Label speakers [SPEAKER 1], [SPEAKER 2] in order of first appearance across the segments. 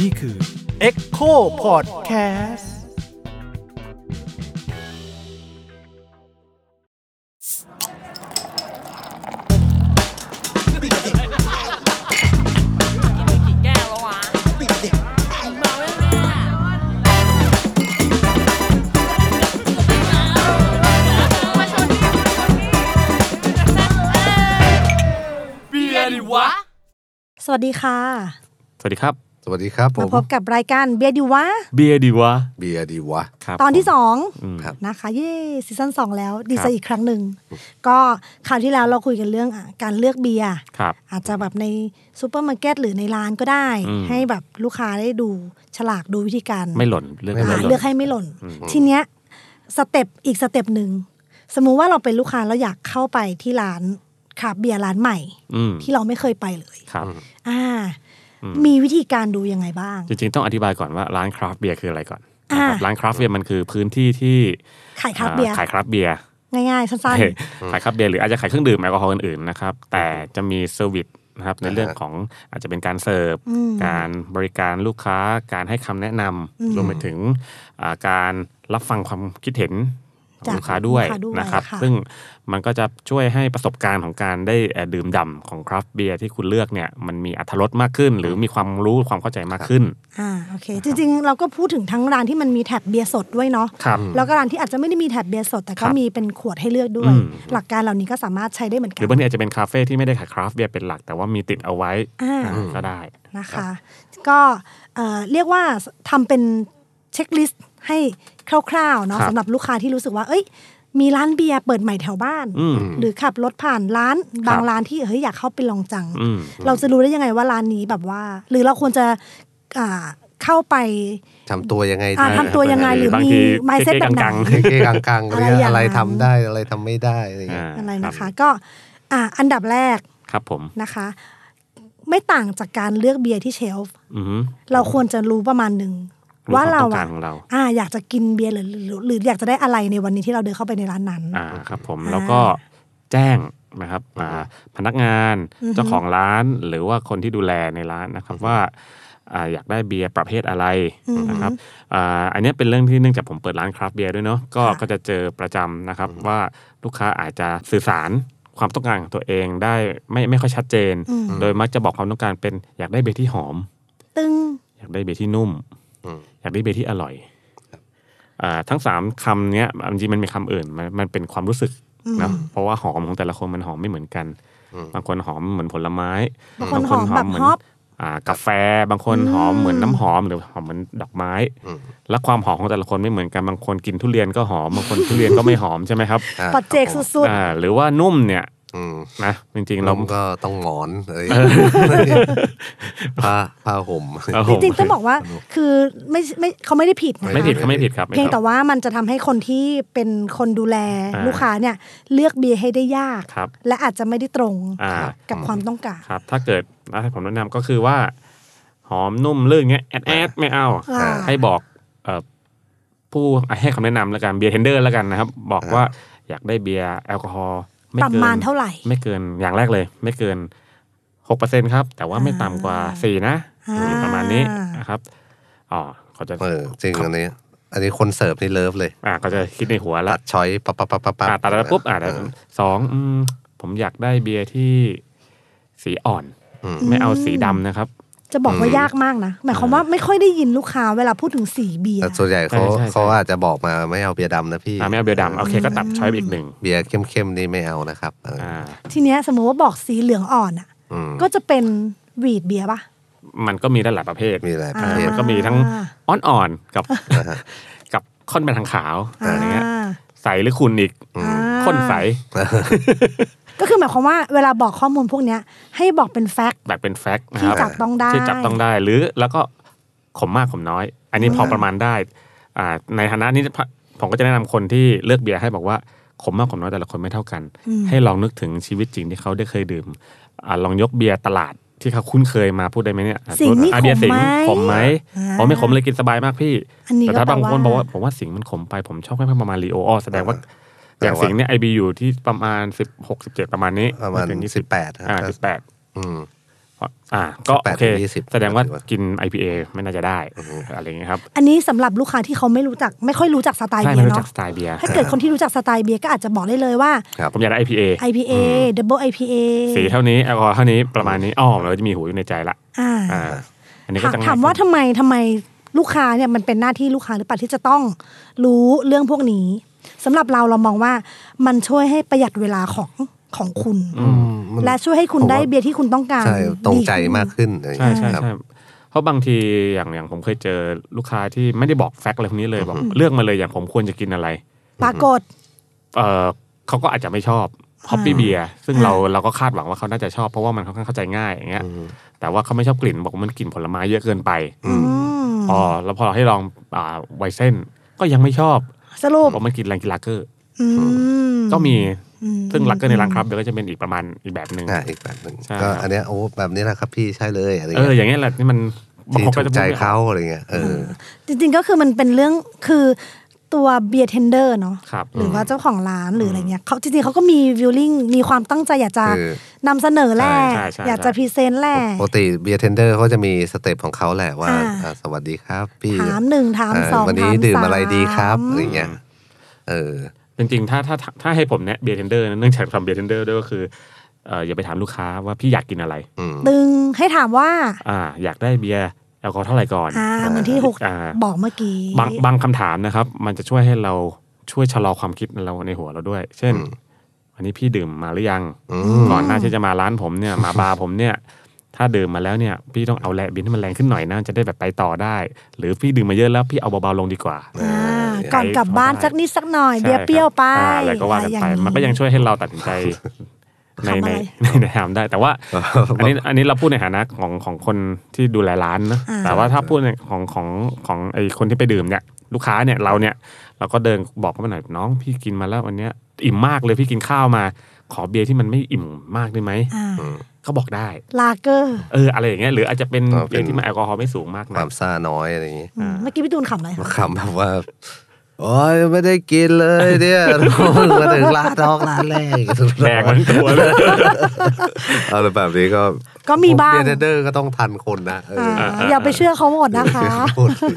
[SPEAKER 1] นี่คือ Echo Podcast
[SPEAKER 2] กี่แก้วแล้ววะเมาแล้วเนี่ยมาชนพี่มาชนพี่เบียร์ดิวะ
[SPEAKER 3] สวัสดีค่ะ
[SPEAKER 4] สวัสดีครับ
[SPEAKER 5] สวัสดีครับผม
[SPEAKER 3] าม พบกับรายการเบียร์ดีวะ
[SPEAKER 4] เบียร์ดีวะ
[SPEAKER 5] เบียร์ดีวะ
[SPEAKER 4] ครับ
[SPEAKER 3] ตอนที่
[SPEAKER 4] ผม
[SPEAKER 3] สอง
[SPEAKER 5] ครับ
[SPEAKER 3] นะคะ เย่ซีซั่นสองแล้วดี
[SPEAKER 4] ค
[SPEAKER 3] ใจ
[SPEAKER 4] รับ
[SPEAKER 3] อีกครั้งหนึ่ง ก็คราวที่แล้วเราคุยกันเรื่องอ่ะการเลือกเบียร์
[SPEAKER 4] ครับ
[SPEAKER 3] อาจจะแบบในซูเปอร์มาร์เก็ตหรือในร้านก็ได้
[SPEAKER 4] อืม
[SPEAKER 3] ให้แบบลูกค้าได้ดูฉลากดูวิธีการ
[SPEAKER 4] ไม่หล่นเรื่อง
[SPEAKER 3] อ่า
[SPEAKER 4] ไม่หล่น
[SPEAKER 3] เลือกให้ไม่หล่น ทีเนี้ยสเต็ปอีกสเต็ปหนึ่ง สมมุติว่าเราเป็นลูกค้าเราอยากเข้าไปที่ร้านคราบเบียร์ร้านใหม่
[SPEAKER 4] อืม
[SPEAKER 3] ที่เราไม่เคยไปเลย
[SPEAKER 4] ครับ
[SPEAKER 3] อ่า มีวิธีการดูยังไงบ้าง
[SPEAKER 4] จริงๆ ต้องอธิบายก่อนว่าร้านคราฟต์เบียร์คืออะไรก่อน
[SPEAKER 3] อ่า
[SPEAKER 4] นะครับร้านคราฟต์เบียร์มันคือพื้นที่ที่
[SPEAKER 3] ขายคราบเบียร์
[SPEAKER 4] อ่ขายคราฟต์เบียร์
[SPEAKER 3] ง่ายๆ สั้น
[SPEAKER 4] เฮ้ยขายคราฟต์เบียร์หรืออาจจะขายเครื่องดื่มแอลกอฮอล์อื่นๆนะครับ แต่จะมีเซอร์วิสนะครับในเรื่องของอาจจะเป็นการเสิร์ฟ
[SPEAKER 3] อืม
[SPEAKER 4] การบริการลูกค้า การให้คำแนะนำรวมไปถึงอ่าการรับฟังความคิดเห็น ข
[SPEAKER 3] จา
[SPEAKER 4] อก งลูกค้าด้วย
[SPEAKER 3] ลูกค้าด้วย
[SPEAKER 4] นะครับ
[SPEAKER 3] ค่ะ
[SPEAKER 4] ซึ่งมันก็จะช่วยให้ประสบการณ์ของการได้เอ่อดื่มด่ำของคราฟต์เบียร์ที่คุณเลือกเนี่ยมันมีอัตรถรสมากขึ้น หรือมีความรู้ความเข้าใจมากขึ้น
[SPEAKER 3] ๆ อ่าโอเค จริงๆ เราก็พูดถึงทั้งร้านที่มันมีแถบเบียร์สดด้วยเนาะ
[SPEAKER 4] ครับ
[SPEAKER 3] แล้วก็ร้านที่อาจจะไม่ได้มีแถบเบียร์สด แต่
[SPEAKER 4] ครับ
[SPEAKER 3] ก็มีเป็นขวดให้เลือกด้วย
[SPEAKER 4] อืม
[SPEAKER 3] หลักการเหล่านี้ก็สามารถใช้ได้เหมือน
[SPEAKER 4] ห
[SPEAKER 3] กั
[SPEAKER 4] รื
[SPEAKER 3] น
[SPEAKER 4] อบางทีอาจจะเป็นคาเฟ่ที่ไม่ได้ขายคราฟต์เบียร์เป็นหลัก แต่ว่ามีติดเอาไว้
[SPEAKER 3] อ่า
[SPEAKER 4] อ่าก็ได้
[SPEAKER 3] นะคะ ก็เอ่อเรียกว่าทำเป็นเช็คลิสต์ให้คร่าวๆเนาะ
[SPEAKER 4] ครับ
[SPEAKER 3] สำหรับลูกค้าที่รู้สึกว่า เอ้ย มีร้านเบียร์เปิดใหม่แถวบ้าน
[SPEAKER 4] อืม
[SPEAKER 3] หรือขับรถผ่านร้านบาง
[SPEAKER 4] ครับ
[SPEAKER 3] ร้านที่เฮ้ยอยากเข้าไปลองจัง
[SPEAKER 4] อืม
[SPEAKER 3] เราจะรู้ได้ยังไงว่าร้านนี้แบบว่า หรือเราควรจะอ่าเข้าไป
[SPEAKER 5] ทำตัวยังไง
[SPEAKER 3] อ่า
[SPEAKER 5] ดี
[SPEAKER 3] ทำตัวยังไงหรือบ
[SPEAKER 4] าง
[SPEAKER 3] มี
[SPEAKER 4] ที
[SPEAKER 3] ไมเซ็ตแบบไหน
[SPEAKER 4] เก๊ๆกัง
[SPEAKER 5] เก๊กๆกลางๆอะ
[SPEAKER 3] อะ
[SPEAKER 5] ไร
[SPEAKER 3] ไรอย่างนั้น
[SPEAKER 5] อะไรทำได้อะไรทำไม่ได้อะไรอย่างเงี้ย
[SPEAKER 3] อะไรนะคะ ก็อ่ะอันดับแรก
[SPEAKER 4] ครับผม
[SPEAKER 3] นะคะ ไม่ต่างจากการเลือกเบียร์ที่เชลฟ์
[SPEAKER 4] อืม
[SPEAKER 3] เราควรจะรู้ประมาณหนึ่งว่าเรา
[SPEAKER 4] คมต้งการ
[SPEAKER 3] อ่ะ
[SPEAKER 4] ของเรา
[SPEAKER 3] อ่าอยากจะกินเบียร์หรือหรือหรืออยากจะได้อะไรในวันนี้ที่เราเดินเข้าไปในร้านนั้น
[SPEAKER 4] อ่าครับผม
[SPEAKER 3] อ่า
[SPEAKER 4] แล้วก็แจ้งนะครับอ่าพนักงานเจ้าของร้านหรือว่าคนที่ดูแลในร้านนะครับว่าอ่าอยากได้เบียร์ประเภทอะไรนะครับอาอันเนี้ยเป็นเรื่องที่เนื่องจากผมเปิดร้านคราฟต์เบียร์ด้วยเนาะก็ก็จะเจอประจำนะครับว่าลูกค้าอาจจะสื่อสารความต้องการของตัวเองได้ไม่ไม่ค่อยชัดเจน โดยมักจะบอกความต้องการเป็นอยากได้เบียร์ที่หอม
[SPEAKER 3] ตึง
[SPEAKER 4] อยากได้เบียร์ที่นุ่ม
[SPEAKER 5] อืม
[SPEAKER 4] อยากได้เบียร์ที่อร่อยอ่าทั้งสามคำเนี้ยจริงๆมันมีคำอื่นมันมันเป็นความรู้สึกเนาะเพราะว่าหอมของแต่ละคนมันหอมไม่เหมือนกัน บางคนหอมเหมือนผลไม้
[SPEAKER 3] บางคนหอมแบบ
[SPEAKER 4] เหมืน
[SPEAKER 3] ฮอป
[SPEAKER 4] อ่ากาแฟ บางคนหอมเหมือนน้ำหอมหรือหอมเหมือนดอกไม้ และความหอมของแต่ละคนไม่เหมือนกันบางคนกินทุเรียนก็หอมบางคนทุเรียนก็ไม่หอมใช่ไหมครับ
[SPEAKER 5] อ่า
[SPEAKER 3] ปัจเจก
[SPEAKER 5] ครับผม
[SPEAKER 3] สุด
[SPEAKER 4] อ่าหรือว่านุ่มเนี่ย
[SPEAKER 5] อืม
[SPEAKER 4] นะจริงๆ
[SPEAKER 5] แล้
[SPEAKER 4] เรา
[SPEAKER 5] วก็ต้องหมอนเอ้ย ผ้าผ้าห่ม
[SPEAKER 4] เอา
[SPEAKER 3] ๆ จริงๆต้องบอกว่าคือไม่ไม่เขาไม่ได้ผิดนะ
[SPEAKER 4] ไม่
[SPEAKER 3] คะ
[SPEAKER 4] ผิดเขาไม่ผิดครับไม่
[SPEAKER 3] เพียง
[SPEAKER 4] ผิด
[SPEAKER 3] แต่ว่ามันจะทำให้คนที่เป็นคนดูแล
[SPEAKER 4] อ่า
[SPEAKER 3] ลูกค้าเนี่ยเลือกเบียร์ให้ได้ยาก
[SPEAKER 4] ครับ
[SPEAKER 3] และอาจจะไม่ได้ตรง
[SPEAKER 4] อ่า
[SPEAKER 3] กับความต้องการ
[SPEAKER 4] ครับถ้าเกิดอ่ะให้ผมแนะนำก็คือว่า หอมนุ่มลื่นเงี้ยแอดแอดไม่เอา
[SPEAKER 3] อ่า
[SPEAKER 4] ให้บอกเอ่อผู้ให้คำแนะนำแล้วกันเบียร์เทนเดอร์แล้วกันนะครับ บอกว่าอยากได้เบียร์แอลกอฮอล์ไม่
[SPEAKER 3] ประ
[SPEAKER 4] เกิ
[SPEAKER 3] มาณ
[SPEAKER 4] น
[SPEAKER 3] เท่าไหร่
[SPEAKER 4] ไม่เกินอย่างแรกเลย ไม่เกินหกเปอร์เซ็นครับ แต่ว่าไม่ต่ำกว่าสี่นะ
[SPEAKER 3] อ่า
[SPEAKER 4] ประมาณนี้นะครับอ๋อเขาจะ
[SPEAKER 5] เออจริงอันนี้ อันนี้คนเสิร์ฟนี่เลิฟเลย
[SPEAKER 4] อ่าเขาจะคิดในหัวละ
[SPEAKER 5] ตัดช้อยปั๊บปั๊บปั๊บปั๊บ
[SPEAKER 4] อ่าตัดแล้วปุ๊บอ่า
[SPEAKER 5] เออ
[SPEAKER 4] สองอืมผมอยากได้เบียร์ที่สีอ่อน
[SPEAKER 5] อืม
[SPEAKER 4] ไม่เอาสีดำนะครับ
[SPEAKER 3] จะบอกว่ายากมากนะ หมายความว่าไม่ค่อยได้ยินลูกค้าเวลาพูดถึงสีเบียร์
[SPEAKER 5] แต่ส่วนใหญ่เขา
[SPEAKER 4] ใช่ใช่ใช่
[SPEAKER 5] เขาอาจจะบอกมาไม่เอาเบียร์ดำนะพี่
[SPEAKER 4] อ่าไม่เอาเบียร์ดำโอเคก็ตัดช้อยไปอีกหนึ่ง
[SPEAKER 5] เบียร์เข้มๆนี่ไม่เอานะครับเอออ
[SPEAKER 4] อ่า
[SPEAKER 3] ทีเนี้ยสมมติว่าบอกสีเหลืองอ่อนอ่ะ
[SPEAKER 5] อืม
[SPEAKER 3] ก็จะเป็นวีดเบียร์ปะ
[SPEAKER 4] มันก็มีได้หลายประเภท
[SPEAKER 5] มีอะไรป
[SPEAKER 4] อ่า
[SPEAKER 5] ระเภท
[SPEAKER 4] มันก็มีทั้งอ่อนๆกับ
[SPEAKER 5] อ่าฮะ
[SPEAKER 4] กับข้นเป็นทางขาว
[SPEAKER 3] อ่า
[SPEAKER 4] อะไรเงี้ยใสหรือขุ่นอีก
[SPEAKER 3] อ่า
[SPEAKER 4] ข้นใส
[SPEAKER 3] ก็คือหมายความว่าเวลาบอกข้อมูลพวกเนี้ย ให้บอกเป็นแฟกต์
[SPEAKER 4] แบบเป็นแฟกต์นะ
[SPEAKER 3] ที่
[SPEAKER 4] ครับ
[SPEAKER 3] จับต้องได้
[SPEAKER 4] ที่จับต้องได้หรือแล้วก็ขมมากขมน้อย อันนี้พอประมาณได้อ่าในฐานะนี้ผมก็จะแนะนำคนที่เลือกเบียร์ให้บอกว่าขมมากขมน้อยแต่ละคนไม่เท่ากัน ให้ลองนึกถึงชีวิตจริงที่เขาได้เคยดื่มอาลองยกเบียร์ตลาดที่เขาคุ้นเคยมาพูดได้ไหมเนี่ยอ่ะ
[SPEAKER 3] สิงห์นี่
[SPEAKER 4] อ่ะเบียร์สิงห์
[SPEAKER 3] ข
[SPEAKER 4] ข
[SPEAKER 3] ม
[SPEAKER 4] ม
[SPEAKER 3] ไห
[SPEAKER 4] ไห
[SPEAKER 3] ม
[SPEAKER 4] ม
[SPEAKER 3] อ่า
[SPEAKER 4] อ๋อไม่ขมเลยกินสบายมากพี่
[SPEAKER 3] อันนี้
[SPEAKER 4] แต่
[SPEAKER 3] ก็
[SPEAKER 4] ถ้า
[SPEAKER 3] แปล
[SPEAKER 4] บาง
[SPEAKER 3] ว่า
[SPEAKER 4] คนบอกว่าผมว่าสิงห์มันขมไปผมชอบแค่ประมาณรีโอออแสดงว่า อย่าง
[SPEAKER 5] แต่ว่า
[SPEAKER 4] สิงห์เนี่ยไอบีอยู่ที่ประมาณสิบหกสิบเจ็ดประมาณนี้
[SPEAKER 5] ประมาณ
[SPEAKER 4] ไถึงยี่
[SPEAKER 5] สิบแปด
[SPEAKER 4] อ่าสิบแปด
[SPEAKER 5] อืม
[SPEAKER 4] อ่าก็
[SPEAKER 5] แป
[SPEAKER 4] โอ
[SPEAKER 5] ด
[SPEAKER 4] เค
[SPEAKER 5] ถึงยี่สิบ
[SPEAKER 4] แสดงว่า
[SPEAKER 5] ถือว่า
[SPEAKER 4] กิน IPA ไม่น่าจะได้อะไรอย่างเงี้ยครับ
[SPEAKER 3] อันนี้สำหรับลูกค้าที่เขาไม่รู้จักไม่ค่อยรู้จักสไตล์
[SPEAKER 4] ใช่
[SPEAKER 3] เบีย
[SPEAKER 4] ไม่
[SPEAKER 3] ร์
[SPEAKER 4] รู้จั
[SPEAKER 3] เนาะ
[SPEAKER 4] กสไตล์เบียร์
[SPEAKER 3] ถ้าเกิดคนที่รู้จักสไตล์เบียร์ก็อาจจะบอกได้เลยว่า
[SPEAKER 5] ครับ
[SPEAKER 4] ผมอยากได้ IPA
[SPEAKER 3] IPA Double IPA
[SPEAKER 4] สีเท่านี้แอลกอฮอล์เท่านี้ประมาณนี้อ๋อเราจะมีหูอยู่ในใจละ
[SPEAKER 3] อ่า
[SPEAKER 4] อ่าอันนี้ก็จะง่ย
[SPEAKER 3] ถามว่าทำไมทำไมลูกค้าเนี่ยมันเป็นหน้าที่ลูกค้าหรือเปล่าที่จะต้องรู้เรื่องพวกนี้สำหรับเราเรามองว่ามันช่วยให้ประหยัดเวลาของของคุณ
[SPEAKER 4] อืม
[SPEAKER 5] มัน
[SPEAKER 3] และช่วยให้คุณ
[SPEAKER 5] ผมว่า
[SPEAKER 3] ได้เบียร์ที่คุณต้องการ
[SPEAKER 5] ใช่ตรงใจ
[SPEAKER 3] ดีขึ้น
[SPEAKER 5] มากขึ้นอะไรอย่าง
[SPEAKER 4] ใช่
[SPEAKER 5] เงี้ย
[SPEAKER 4] ใช่
[SPEAKER 5] ครับ
[SPEAKER 4] ใช่เพราะบางทีอย่างอย่างผมเคยเจอลูกค้าที่ไม่ได้บอกแฟกต์อะไรพวกนี้เลยบอกเลือกมาเลยอย่างผมควรจะกินอะไร
[SPEAKER 3] ปรากฏ
[SPEAKER 4] เออเขาก็อาจจะไม่ชอบฮอปปี้
[SPEAKER 3] อ่า
[SPEAKER 4] เบียร์ซึ่ง
[SPEAKER 3] อ่า
[SPEAKER 4] เราเราก็คาดหวังว่าเขาน่าจะชอบเพราะว่ามันค่อนข้างเข้าใจง่ายอย่างเงี้ยแต่ว่าเขาไม่ชอบกลิ่นบอกว่ามันกลิ่นผลไม้เยอะเกินไป
[SPEAKER 3] อืม
[SPEAKER 4] อ๋อแล้วพอเราให้ลองอ่าไวเส้น ก็ยังไม่ชอบ
[SPEAKER 3] สรุป
[SPEAKER 4] บอกมันกลิ่นแรงกลิ่นลากเกอร์
[SPEAKER 3] อืม
[SPEAKER 4] ก็มี
[SPEAKER 3] อืม
[SPEAKER 4] ซึ่งลากเกอร์ในร้านครับเดี๋ยวก็จะเป็นอีกประมาณอีกแบบหนึ่ง
[SPEAKER 5] อ่าอีกแบบหนึ่ง
[SPEAKER 4] ใช่ค
[SPEAKER 5] ก็
[SPEAKER 4] รับ
[SPEAKER 5] อันเนี้ยโอ้แบบนี้แหละครับพี่ใช่เลยอะไร
[SPEAKER 4] เออ
[SPEAKER 5] เงี้ย
[SPEAKER 4] อย่างเงี้ยแหละที่มันบาง
[SPEAKER 5] ที่
[SPEAKER 4] คน
[SPEAKER 5] ถู
[SPEAKER 4] ก็จะ
[SPEAKER 5] กใจ
[SPEAKER 4] ไม่
[SPEAKER 5] เขาอะไรเงี้ยเออ
[SPEAKER 3] จริงๆก็คือมันเป็นเรื่องคือตัวเบียร์เทนเดอร์เนาะ
[SPEAKER 4] ครับ
[SPEAKER 3] หรือว่าเจ้าของร้านหรืออะไรเงี้ยเขาจริงๆเขาก็มีวิวลิ่งมีความตั้งใจอยากจะ
[SPEAKER 5] คือน
[SPEAKER 3] ำเสนอแหละ
[SPEAKER 4] ใช่ใช่ใช่
[SPEAKER 3] อยากจะพรีเซนต์แหละ
[SPEAKER 5] ปกติเบียร์เทนเดอร์เขาจะมีสเต็ปของเขาแหละว่า
[SPEAKER 3] อ่า
[SPEAKER 5] อ่าสวัสดีครับพี่
[SPEAKER 3] ถามหนึ่งถาม
[SPEAKER 5] เอ่อ
[SPEAKER 3] สอง
[SPEAKER 5] วันนี้
[SPEAKER 3] ถาม
[SPEAKER 5] ดื่ม
[SPEAKER 3] สา
[SPEAKER 5] อะไรดีครับอะไรเงี้ยเออ
[SPEAKER 4] จริงๆ ถ้าถ้าถ้าให้ผมเนี่ยเบียร์เทนเดอร์เนื่องจากทำเบียร์เทนเดอร์ด้วยก็คือเอ่ออย่าไปถามลูกค้าว่าพี่อยากกินอะไร
[SPEAKER 5] อืม
[SPEAKER 3] ดึงให้ถามว่า
[SPEAKER 4] อ่า อยากได้เบียร์แอลกอฮอล์เท่าไหร่ก่อน
[SPEAKER 3] อ่าเหมือนที่หก
[SPEAKER 4] อ่า
[SPEAKER 3] บอกเมื่อกี้
[SPEAKER 4] บางบางคำถามนะครับ มันจะช่วยให้เราช่วยชะลอความคิดเราในหัวเราด้วย เช่น
[SPEAKER 5] อืม
[SPEAKER 4] วันนี้พี่ดื่มมาหรือยัง
[SPEAKER 5] อืม
[SPEAKER 4] ก่อนหน้าที่จะมาร้านผมเนี่ยมาบาร์ผมเนี่ย ถ้าดื่มมาแล้วเนี่ย พี่ต้องเอาแลบินให้มันแรงขึ้นหน่อยนะจะได้แบบไปต่อได้ หรือพี่ดื่มมาเยอะแล้วพี่เอาเบาๆลงดีกว่า
[SPEAKER 3] อ่าก่อนกลับบ้านสักนิดสักหน่อย เบียร์เปรี้ยวไป
[SPEAKER 4] อ่าอะไรก็ว่ากันไป
[SPEAKER 3] อรอ
[SPEAKER 4] มันก็ยังช่วยให้เราตัดสินใจ ใน
[SPEAKER 3] ทำอะไร
[SPEAKER 4] ในในในทำได้ แต่ว่าอันนี้อันนี้เราพูดในฐานะของของคนที่ดูแลร้านนะแต่ว่าถ้าพูดในของของของไอคนที่ไปดื่มเนี่ย ลูกค้าเนี่ยเราเนี่ย เราก็เดินบอกเขาไปหน่อยน้องพี่กินมาแล้ววันเนี้ยอิ่มมากเลยพี่กินข้าวมา ขอเบียร์ที่มันไม่อิ่มมากได้ไหม
[SPEAKER 3] อ่า
[SPEAKER 4] เขาบอกได้
[SPEAKER 3] ลาเกอร์
[SPEAKER 4] เอออะไรอย่างเงี้ยหรืออาจจะเป็น
[SPEAKER 5] เออเป็น
[SPEAKER 4] เบียร์ที่มันแอลกอฮอล์ไม่สูงมาก
[SPEAKER 5] ค
[SPEAKER 4] นะ
[SPEAKER 5] วามซ่าน้อยอะไรอย่างงี้
[SPEAKER 3] อืมเมื่อกี้พี่ตูนขำอะไร
[SPEAKER 5] มา
[SPEAKER 3] คะ
[SPEAKER 5] ขำแบบว่า โอ้ยไม่ได้กินเลยเนี่ย โอ้ยมาถึงร้านน้องร้านแรก
[SPEAKER 4] แดงมันตัวเลย
[SPEAKER 5] อะไรแบบนี้ก็
[SPEAKER 3] ก็มีบ้าง
[SPEAKER 5] เบียร์เทนเดอร์ก็ต้องทันคนนะเออ
[SPEAKER 3] อ่าอย่าไปเชื่อเขาหมดนะคะ
[SPEAKER 5] โคตรดี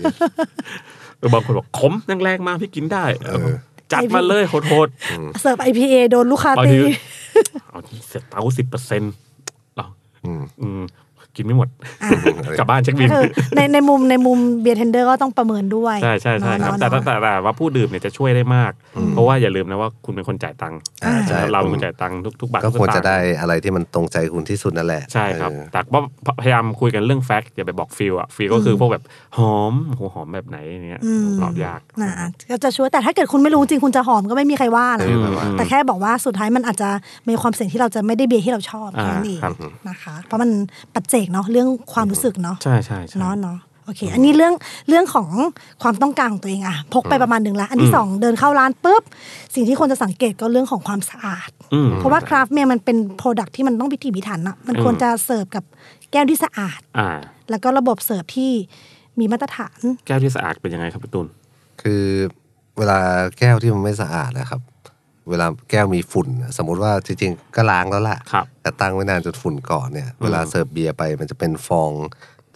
[SPEAKER 4] เออบางคนบอกขมแรงๆมากพี่กินได้เออจัดมาเลยโหดๆ
[SPEAKER 3] เสิร์ฟ IPA โดนลูกค้า
[SPEAKER 4] บาง
[SPEAKER 3] ตี
[SPEAKER 4] ทีเอาเสียเต้าสิบเปอร์เซ็นต์เรา
[SPEAKER 5] อืม
[SPEAKER 4] อืมกินไม่หมด
[SPEAKER 3] อ่ะ
[SPEAKER 4] กลับบ้านเช็คบิน
[SPEAKER 3] เออในในมุมในมุมเบียร์เทนเดอร์ก็ต้องประเมินด้วย
[SPEAKER 4] ใช่ใช่ใช่ครับ
[SPEAKER 3] เนาะ
[SPEAKER 4] แต่
[SPEAKER 3] เนาะ
[SPEAKER 4] แต่แต่แต่ว่าผู้ดื่มเนี่ยจะช่วยได้มาก เพราะว่าอย่าลืมนะว่าคุณเป็นคนจ่ายตังค์
[SPEAKER 5] อ่าใช่
[SPEAKER 4] เราเป็นคนจ่ายตังค์ทุกทุกบาท
[SPEAKER 5] ก็
[SPEAKER 4] ทุกส
[SPEAKER 5] ควร
[SPEAKER 4] ตาง
[SPEAKER 5] จะได้
[SPEAKER 4] ค์
[SPEAKER 5] อะไรที่มันตรงใจคุณที่สุดนั่นแหละ
[SPEAKER 4] ใช่ครับ
[SPEAKER 5] เออ
[SPEAKER 4] แต่ว่าพยายามคุยกันเรื่องแฟกต์อย่าไปบอกฟิลอะฟิลก็คืออพวกแบบหอมโหหอมแบบไหนเนี่ย
[SPEAKER 3] อืม
[SPEAKER 4] ตอบยาก
[SPEAKER 3] นะก็จะช่วยแต่ถ้าเกิดคุณไม่รู้จริงคุณจะหอมก็ไม่มีใครว่านะ
[SPEAKER 5] เออแบบว่า
[SPEAKER 3] แต่แค่บอกว่าสุดท้ายมันอาจจะมีความเสี่ยงที่เราจะไม่ได้เบียร์ที่เราชอบแค่นั้นเอง
[SPEAKER 4] ครับ
[SPEAKER 3] นะคะเพราะมันปัจเจกเนาะเรื่องความรู้สึกเนาะ
[SPEAKER 4] ใช่ใช่ใช่
[SPEAKER 3] เนาะเนาะโอเค อันนี้เรื่องเรื่องของความต้องการของตัวเองอะพกไปประมาณหนึ่งละอันที่สองเดินเข้าร้านปุ๊บสิ่งที่คนจะสังเกตก็เรื่องของความสะอาด
[SPEAKER 4] อืม
[SPEAKER 3] เพราะว่าคราฟเมียมันเป็นโปรดักที่มันต้องพิถีพิถันอะมันควรจะเสิร์ฟกับแก้วที่สะอาด
[SPEAKER 4] อ่า
[SPEAKER 3] แล้วก็ระบบเสิร์ฟที่มีมาตรฐาน
[SPEAKER 4] แก้วที่สะอาดเป็นยังไงครับพี่ตุล
[SPEAKER 5] คือเวลาแก้วที่มันไม่สะอาดนะครับ เวลาแก้วมีฝุ่นน่ะสมมติว่าจริงๆก็ล้างแล้วล่ะ
[SPEAKER 4] ครับ
[SPEAKER 5] แต่ตั้งไว้นานจนฝุ่นเกาะเนี่ย เวลาเสิร์ฟเบียร์ไปมันจะเป็นฟอง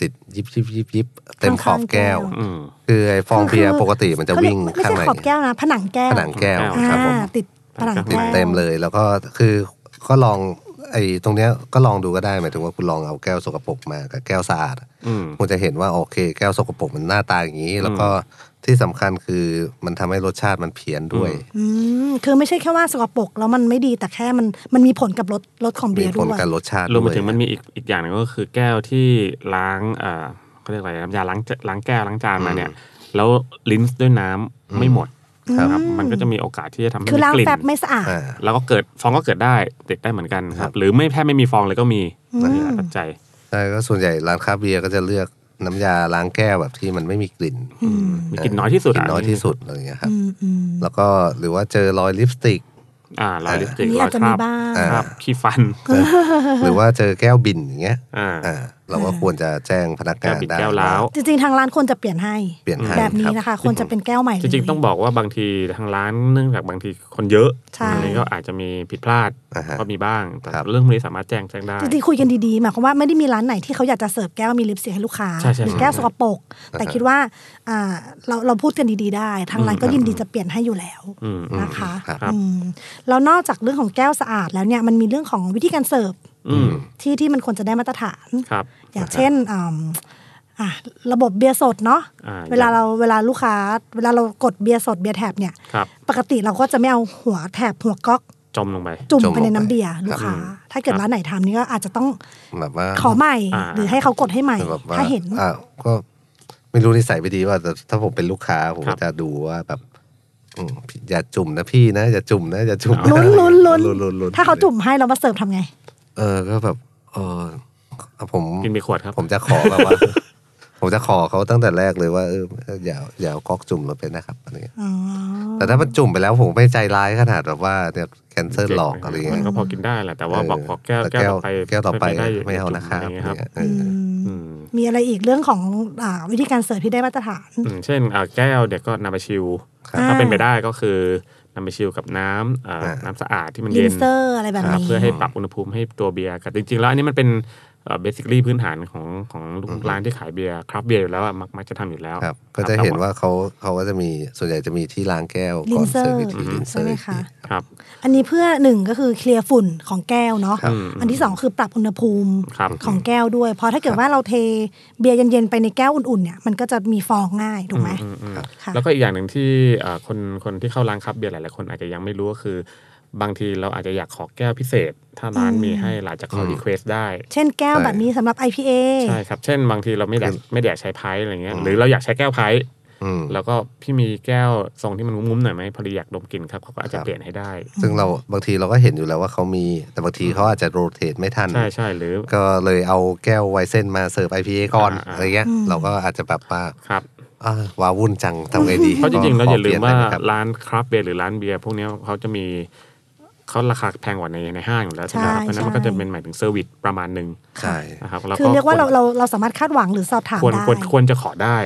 [SPEAKER 5] ติดยิบยิบยิบยิบเต็มขอบแก้ว
[SPEAKER 4] อืม
[SPEAKER 5] คือไอ้ฟองเบียร์ปกติมันจะ
[SPEAKER 3] เขาเรีย
[SPEAKER 5] วิ่ง
[SPEAKER 3] ไม่
[SPEAKER 5] ข้าง
[SPEAKER 3] ใช่
[SPEAKER 5] ใน
[SPEAKER 3] ขอบแก้วนะผนังแก้ว
[SPEAKER 5] ผนังแก้ว
[SPEAKER 4] อ่า
[SPEAKER 5] ครับผม
[SPEAKER 3] อ่าติดผนัง
[SPEAKER 5] ติด
[SPEAKER 3] แก้ว
[SPEAKER 5] เต็มเลยแล้วก็คือก็ลองไอ้ตรงเนี้ยก็ลองดูก็ได้หมายถึงว่าคุณลองเอาแก้วสกปรกมากับแก้วสะอาด
[SPEAKER 4] อืม
[SPEAKER 5] คุณจะเห็นว่าโอเค แก้วสกปรกมันหน้าตาอย่างนี้ แล้วก็ที่สำคัญคือมันทำให้รสชาติมันเพี้ยนด้วย
[SPEAKER 3] อืมคือไม่ใช่แค่ว่าสกปรกแล้วมันไม่ดีแต่แค่มันมันมีผลกับรสรสของเบี
[SPEAKER 5] มี
[SPEAKER 3] ยร์
[SPEAKER 5] ผ
[SPEAKER 3] ด้
[SPEAKER 5] ล
[SPEAKER 3] วย
[SPEAKER 5] กับรสชาติ
[SPEAKER 4] รวมไป
[SPEAKER 5] ด้วย
[SPEAKER 4] ถึงมันมีอีกอีกอย่างหนึงก็คือแก้วที่ล้างเอ่อเขาเรียกอะไรน้ำยาล้างจล้างแก้วล้างจานมาเนี่ย แล้วลิ้นส์ด้วยน้ำไม่หมดนะครับมันก็จะมีโอกาสที่จะทำให้
[SPEAKER 3] คือ
[SPEAKER 4] มี
[SPEAKER 3] ล้าง
[SPEAKER 4] กลิ่น
[SPEAKER 3] แฟบไม่สะอาด
[SPEAKER 5] อ่า
[SPEAKER 4] แล้วก็เกิดฟองก็เกิดได้ติดได้เหมือนกันครับ หรือไม่แพ้ไม่มีฟองเลยก็มีนี่แหละปัจจัย
[SPEAKER 5] ใช่ก็ส่วนใหญ่ร้านคาเบียร์ก็จะเลือกน้ำยาล้างแก้วแบบที่มันไม่มีกลิ่น
[SPEAKER 4] มีกลิ่นน้อยที่สุ
[SPEAKER 5] กลิ่
[SPEAKER 4] ดะ
[SPEAKER 5] นน้อยที่สุดอะไรอย่างเงี้ยครับ
[SPEAKER 3] อืมอืม
[SPEAKER 5] แล้วก็หรือว่าเจอรอยลิปสติก
[SPEAKER 4] อ่ารอยลิปสติก
[SPEAKER 3] อันนี้
[SPEAKER 4] รอ
[SPEAKER 3] อาย จจะ
[SPEAKER 4] ค
[SPEAKER 3] มี
[SPEAKER 4] ราบ
[SPEAKER 3] บ้าง
[SPEAKER 4] คราบขี้ฟัน
[SPEAKER 5] หรือว่าเจอแก้วบินอย่างเงี้ย
[SPEAKER 4] อ่า
[SPEAKER 5] อ่า เราก็ควรจะแจ้งพนัก
[SPEAKER 4] แก้ว
[SPEAKER 5] งาน
[SPEAKER 4] บิด
[SPEAKER 5] ได้
[SPEAKER 4] แก้วล้าว
[SPEAKER 3] จริงๆทางร้านควรจะเปลี่ยนให้
[SPEAKER 5] เปลี่ยนให้
[SPEAKER 3] แบบนี้
[SPEAKER 5] รับ
[SPEAKER 3] นะคะควรจะเป็นแก้วใหม่เลย
[SPEAKER 4] จริงๆต้องบอกว่าบางทีทางร้านเนื่องจากบางทีคนเยอะ
[SPEAKER 3] ใช่
[SPEAKER 4] อันนี้ก็อาจจะมีผิดพลาด
[SPEAKER 5] อ่าฮะ
[SPEAKER 4] ก็มีบ้างแต่
[SPEAKER 5] ครับ
[SPEAKER 4] เรื่องพวกนี้สามารถแจ้งแจ้งได้
[SPEAKER 3] จริงๆคุยกันดีๆหมายความว่าไม่ได้มีร้านไหนที่เขาอยากจะเสิร์ฟแก้วมีลิปสติกให้ลูกค้า
[SPEAKER 4] ใช่ใช่
[SPEAKER 3] หรือแก้ว
[SPEAKER 4] ใช่
[SPEAKER 3] สกปรกแต่คิดว่าอ่าเราเราพูดกันดีๆได้ ทางร้านก็
[SPEAKER 4] อืม
[SPEAKER 3] ยินดีจะเปลี่ยนให้อยู่แล้ว
[SPEAKER 4] อืม
[SPEAKER 3] นะคะ
[SPEAKER 5] ครับ
[SPEAKER 4] ครับ
[SPEAKER 3] อืมแล้วนอกจากเรื่องของแก้วสะอาดแล้วเนี่ยมันมีเรื่องของวิธีการเสิร์ฟ
[SPEAKER 4] อืม
[SPEAKER 3] ที่ที่มันควรจะได้มาตรฐาน
[SPEAKER 4] ครับ
[SPEAKER 3] อย่างเช่นอ่ำอ่ะระบบเบียร์สดเนาะ
[SPEAKER 4] อ่า
[SPEAKER 3] เวลาเราเวลาลูกค้า เวลาเรากดเบียร์สดเบียร์แถบเนี่ย
[SPEAKER 4] ครับ
[SPEAKER 3] ปกติเราก็จะไม่เอาหัวแถบหัวก๊อก
[SPEAKER 4] จมลงไป
[SPEAKER 3] จุ่ม
[SPEAKER 5] จม
[SPEAKER 3] ไปใน
[SPEAKER 5] ลงไป
[SPEAKER 3] น้ำเบียร์ลูกค้า
[SPEAKER 4] อืม
[SPEAKER 3] ถ้าเกิดร้านไหนทำนี่ก็อาจจะต้อง
[SPEAKER 5] แบบว่า
[SPEAKER 3] ขอใหม่
[SPEAKER 4] อ่า
[SPEAKER 3] หรือให้เขากดให้ใหม่
[SPEAKER 5] แบบว่า
[SPEAKER 3] ถ้าเห็น
[SPEAKER 5] อ่ะก็ไม่รู้นิสัยไม่ดีว่าแต่ถ้าผมเป็นลูกค้าผม
[SPEAKER 4] ครั
[SPEAKER 5] ก็
[SPEAKER 4] บ
[SPEAKER 5] จะดูว่าแบบอืมอย่าจุ่มนะพี่นะอย่าจุ่มนะอย่าจุ่มะ
[SPEAKER 3] ลุ้นลุ้นลุ้น
[SPEAKER 5] ลุ้นลุ้น
[SPEAKER 3] ถ้าเขาจุ่มให้เรามาเสิร์ฟทำไง
[SPEAKER 5] เออก็แบบเออผม
[SPEAKER 4] กินไปขวดครับ
[SPEAKER 5] ผมจะขอแบบว่า ผมจะขอเขาตั้งแต่แรกเลยว่าเอออย่าอย่าเอาก๊อกจุ่มลงไปนะครับอะไรเงี้ย
[SPEAKER 3] อ๋อ
[SPEAKER 5] แต่ถ้ามันจุ่มไปแล้วผมไม่ใจร้ายขนาดแบบว่าเนี่ยแคนเซิลหลอกอะไรเงี้
[SPEAKER 4] มั
[SPEAKER 5] ย
[SPEAKER 4] นก็พอกินได้แหละแต่ว่า
[SPEAKER 5] เ
[SPEAKER 4] บอกขอแก้วแก้วต่อไป
[SPEAKER 5] แก้วต่อไป
[SPEAKER 4] ด้
[SPEAKER 5] ไม่เอานะครับ
[SPEAKER 4] ย่างเงี้ยครับ
[SPEAKER 5] เออ
[SPEAKER 4] อืม
[SPEAKER 3] มีอะไรอีกเรื่องของอาวิธีการเสิร์ฟที่ได้มาตรฐาน
[SPEAKER 4] อืมเช่นอ่าแก้วเดี๋ยวก็นำไปชิล
[SPEAKER 5] ครับ
[SPEAKER 4] ถ้าเป็นไปได้ก็คือนำไปชิลกับน้ำอ่า
[SPEAKER 5] อ่า
[SPEAKER 4] น้ำสะอาดที่มัน
[SPEAKER 3] ลิ
[SPEAKER 4] เย็
[SPEAKER 3] น
[SPEAKER 4] น
[SPEAKER 3] เซอร์อะไรแบบ
[SPEAKER 4] ครับ
[SPEAKER 3] นี้
[SPEAKER 4] เพื่อให้ปรับอุณหภูมิให้ตัวเบียร์กับจริงๆ แล้วอันนี้มันเป็นเบสิคลี่อ basically พื้นฐานของของลูกร้านที่ขายเบียร์คราฟเบียร์อยู่แล้วอะมักมักจะทำอยู่แล้ว
[SPEAKER 5] ครับก็จะเห็นว่าเขาเขาก็จะมีส่วนใหญ่จะมีที่ล้างแก้วก่อนเซอร์วิส
[SPEAKER 3] Rinser
[SPEAKER 5] ที่ลินเซอ
[SPEAKER 3] ใช่ไหม
[SPEAKER 5] ร์
[SPEAKER 3] คะ
[SPEAKER 4] ครับ
[SPEAKER 3] อันนี้เพื่อหนึ่งก็คือเคลียร์ฝุ่นของแก้วเนาะ
[SPEAKER 4] ครับ
[SPEAKER 3] อันที่สองคือปรับอุณหภูมิ
[SPEAKER 4] ครับ
[SPEAKER 3] ของแก้วด้วย เพราะถ้าเกิดว่าเราเทเบียร์เย็นๆไปในแก้วอุ่นๆเนี่ย มันก็จะมีฟองง่ายถูกไหมค่ะ
[SPEAKER 4] แล้วก็อีกอย่างหนึ่งที่เอ่อคนคนที่เข้าร้านคราฟเบียร์หลายๆคนอาจจะยังไม่รู้ก็คือ บางทีเราอาจจะอยากขอแก้วพิเศษ ถ้าร้านมีให้เราอาจจะขอรีเควสได้
[SPEAKER 3] เช่นแก้วแบบนี้สำหรับ IPA
[SPEAKER 4] ใช่ครับ เช่นบางทีเราไม่แดกไม่แดกใช้ไพ่อะไรเงี้ยหรือเราอยากใช้แก้วไพ่
[SPEAKER 5] อืม
[SPEAKER 4] แล้วก็พี่มีแก้วทรงที่มันงุ้มๆหน่อยไหมพอดีอยากดมกลิ่นครับเขาก็อาจจะ
[SPEAKER 5] ครับ
[SPEAKER 4] เปลี่ยนให้ได้
[SPEAKER 5] ซึ่งเราบางทีเราก็เห็นอยู่แล้วว่าเขามี แต่บางทีเขาอาจจะโรเตทไม่ทัน
[SPEAKER 4] ใช่ใช่หรือ
[SPEAKER 5] ก็เลยเอาแก้วไวเส้นมาเสิร์ฟ IPA ก่อน
[SPEAKER 4] อ่าอ่า
[SPEAKER 5] อะไรเงี้ยเราก็อาจจะแบบว่า
[SPEAKER 4] ครับ
[SPEAKER 5] อ่าวาวุ่น จังทำไงดี
[SPEAKER 4] เพราะจริงๆ เราอย่าลืมว่า
[SPEAKER 5] ขเปนได้ไหครับ
[SPEAKER 4] ร้านคราฟต์เบียร์หรือร้านเบียร์พวกเนี้ยเขาจะมีเขาราคาแพงกว่าในในห้างอยู่แล้ว
[SPEAKER 3] ใช่
[SPEAKER 4] ใช่ไหมครับเพราะฉะนั้นมันก็
[SPEAKER 3] ใช่
[SPEAKER 4] จะเป็นหมายถึงเซอร์วิสประมาณหนึ่ง
[SPEAKER 5] ใช่
[SPEAKER 4] นะครับแล้ว
[SPEAKER 3] คือเรียกว่าเรา
[SPEAKER 4] ค
[SPEAKER 3] เราเราสามารถคาดหวังหรือสอบถาม
[SPEAKER 4] ควร
[SPEAKER 3] ได้
[SPEAKER 4] ควรควรจะขอได้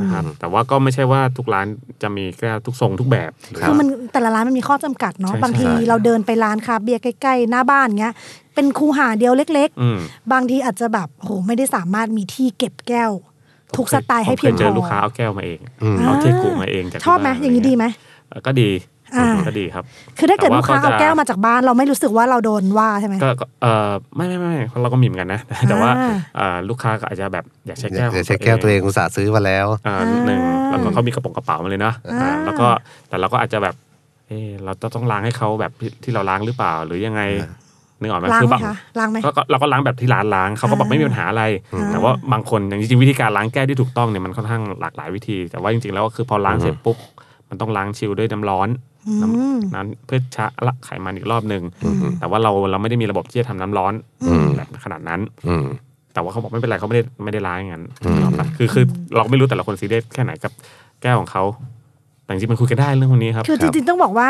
[SPEAKER 4] นะครับแต่ว่าก็ไม่ใช่ว่าทุกร้านจะมีแก้วทุกทรงทุกแบบหรือ
[SPEAKER 3] คือ
[SPEAKER 4] ว่า
[SPEAKER 3] มันแต่ละร้านมันมีข้อจำกัดเนาะ
[SPEAKER 4] ใช่
[SPEAKER 3] บางที
[SPEAKER 4] ใช่
[SPEAKER 3] เราเดินไปร้านคราฟต์เบียร์ใกล้ๆ หน้าบ้านเงี้ย เป็นคูหาเดียวเล็ก
[SPEAKER 4] อืม
[SPEAKER 3] ๆ บางทีอาจจะแบบโหไม่ได้สามารถมีที่เก็บแก้ว ทุกสไตล์ให้
[SPEAKER 4] ผม
[SPEAKER 3] เพียง
[SPEAKER 4] ค
[SPEAKER 3] พ
[SPEAKER 4] เจ
[SPEAKER 3] อ
[SPEAKER 4] อลูกค้าเอาแก้วมาเองเอาเทกุมาเองจาก
[SPEAKER 3] ชอบไหมอย่างนี้ดีไหม
[SPEAKER 4] เออก็ดี
[SPEAKER 3] อ่า
[SPEAKER 4] ก็ดีครับ
[SPEAKER 3] คือถ้าเกิด
[SPEAKER 4] แต่
[SPEAKER 3] ลูกค้าเอา
[SPEAKER 4] จะ
[SPEAKER 3] แก้วมาจากบ้านเราไม่รู้สึกว่าเราโดนว่าใช่ไหม
[SPEAKER 4] ก็ก็เออไม่ไม่ไม่เราก็มีเหมือนกันนะ แต่ว่า
[SPEAKER 3] อ่า
[SPEAKER 4] เอ่อลูกค้าก็อาจจะแบบอยากใช้แก้วข
[SPEAKER 5] อ
[SPEAKER 4] อง
[SPEAKER 5] ย่าใช้แก้วตัวเองอุตส่าห์ซื้อมาแล้ว
[SPEAKER 4] อ่าหนึ่ง
[SPEAKER 3] อ่า
[SPEAKER 4] แล้วก็เขามีกระป๋องกระเป๋ามาเลยเนาะอ่า
[SPEAKER 3] อ่า
[SPEAKER 4] แล้วก็แต่เราก็อาจจะแบบเออเราจะต้องล้างให้เขาแบบที่ที่เราล้างหรือเปล่าหรือยังไงนึกออกไหม
[SPEAKER 3] ล้างไหม
[SPEAKER 4] บาง
[SPEAKER 3] คะล้างไหม
[SPEAKER 4] ก็ก็เราก็ล้างแบบที่ร้านล้างเขาก็บอก
[SPEAKER 3] อ่า
[SPEAKER 4] ไม่มีปัญหาอะไร
[SPEAKER 3] อ่า
[SPEAKER 4] แต่ว่าบางคนอย่างจริงๆวิธีการล้างแก้วที่ถูกต้องเนี่ยมันค่อนข้างหลากหลายวิธี แต่ว่าจริงๆแล้วก็คือพอล้างเสร็จปุ๊บมันต้องล้างชิลด้วยน้ำร้อน
[SPEAKER 3] อืม
[SPEAKER 4] นั้นเพื่อชะละไขมันอีกรอบหนึ่งแต่ว่าเราเราไม่ได้มีระบบที่จะทำน้ำร้อนแบบขนาดนั้น
[SPEAKER 5] อืม
[SPEAKER 4] แต่ว่าเขาบอกไม่เป็นไรเขาไม่ได้ไม่ได้ร้ายอย่างนั้นหรอกครับคือคือเราไม่รู้แต่ละคนซีเรียสแค่ไหนกับแก้วของเขาแต่จริงๆมันคุยกันได้เรื่องพวกนี้ครับ
[SPEAKER 3] คือจริงๆต้องบอกว่า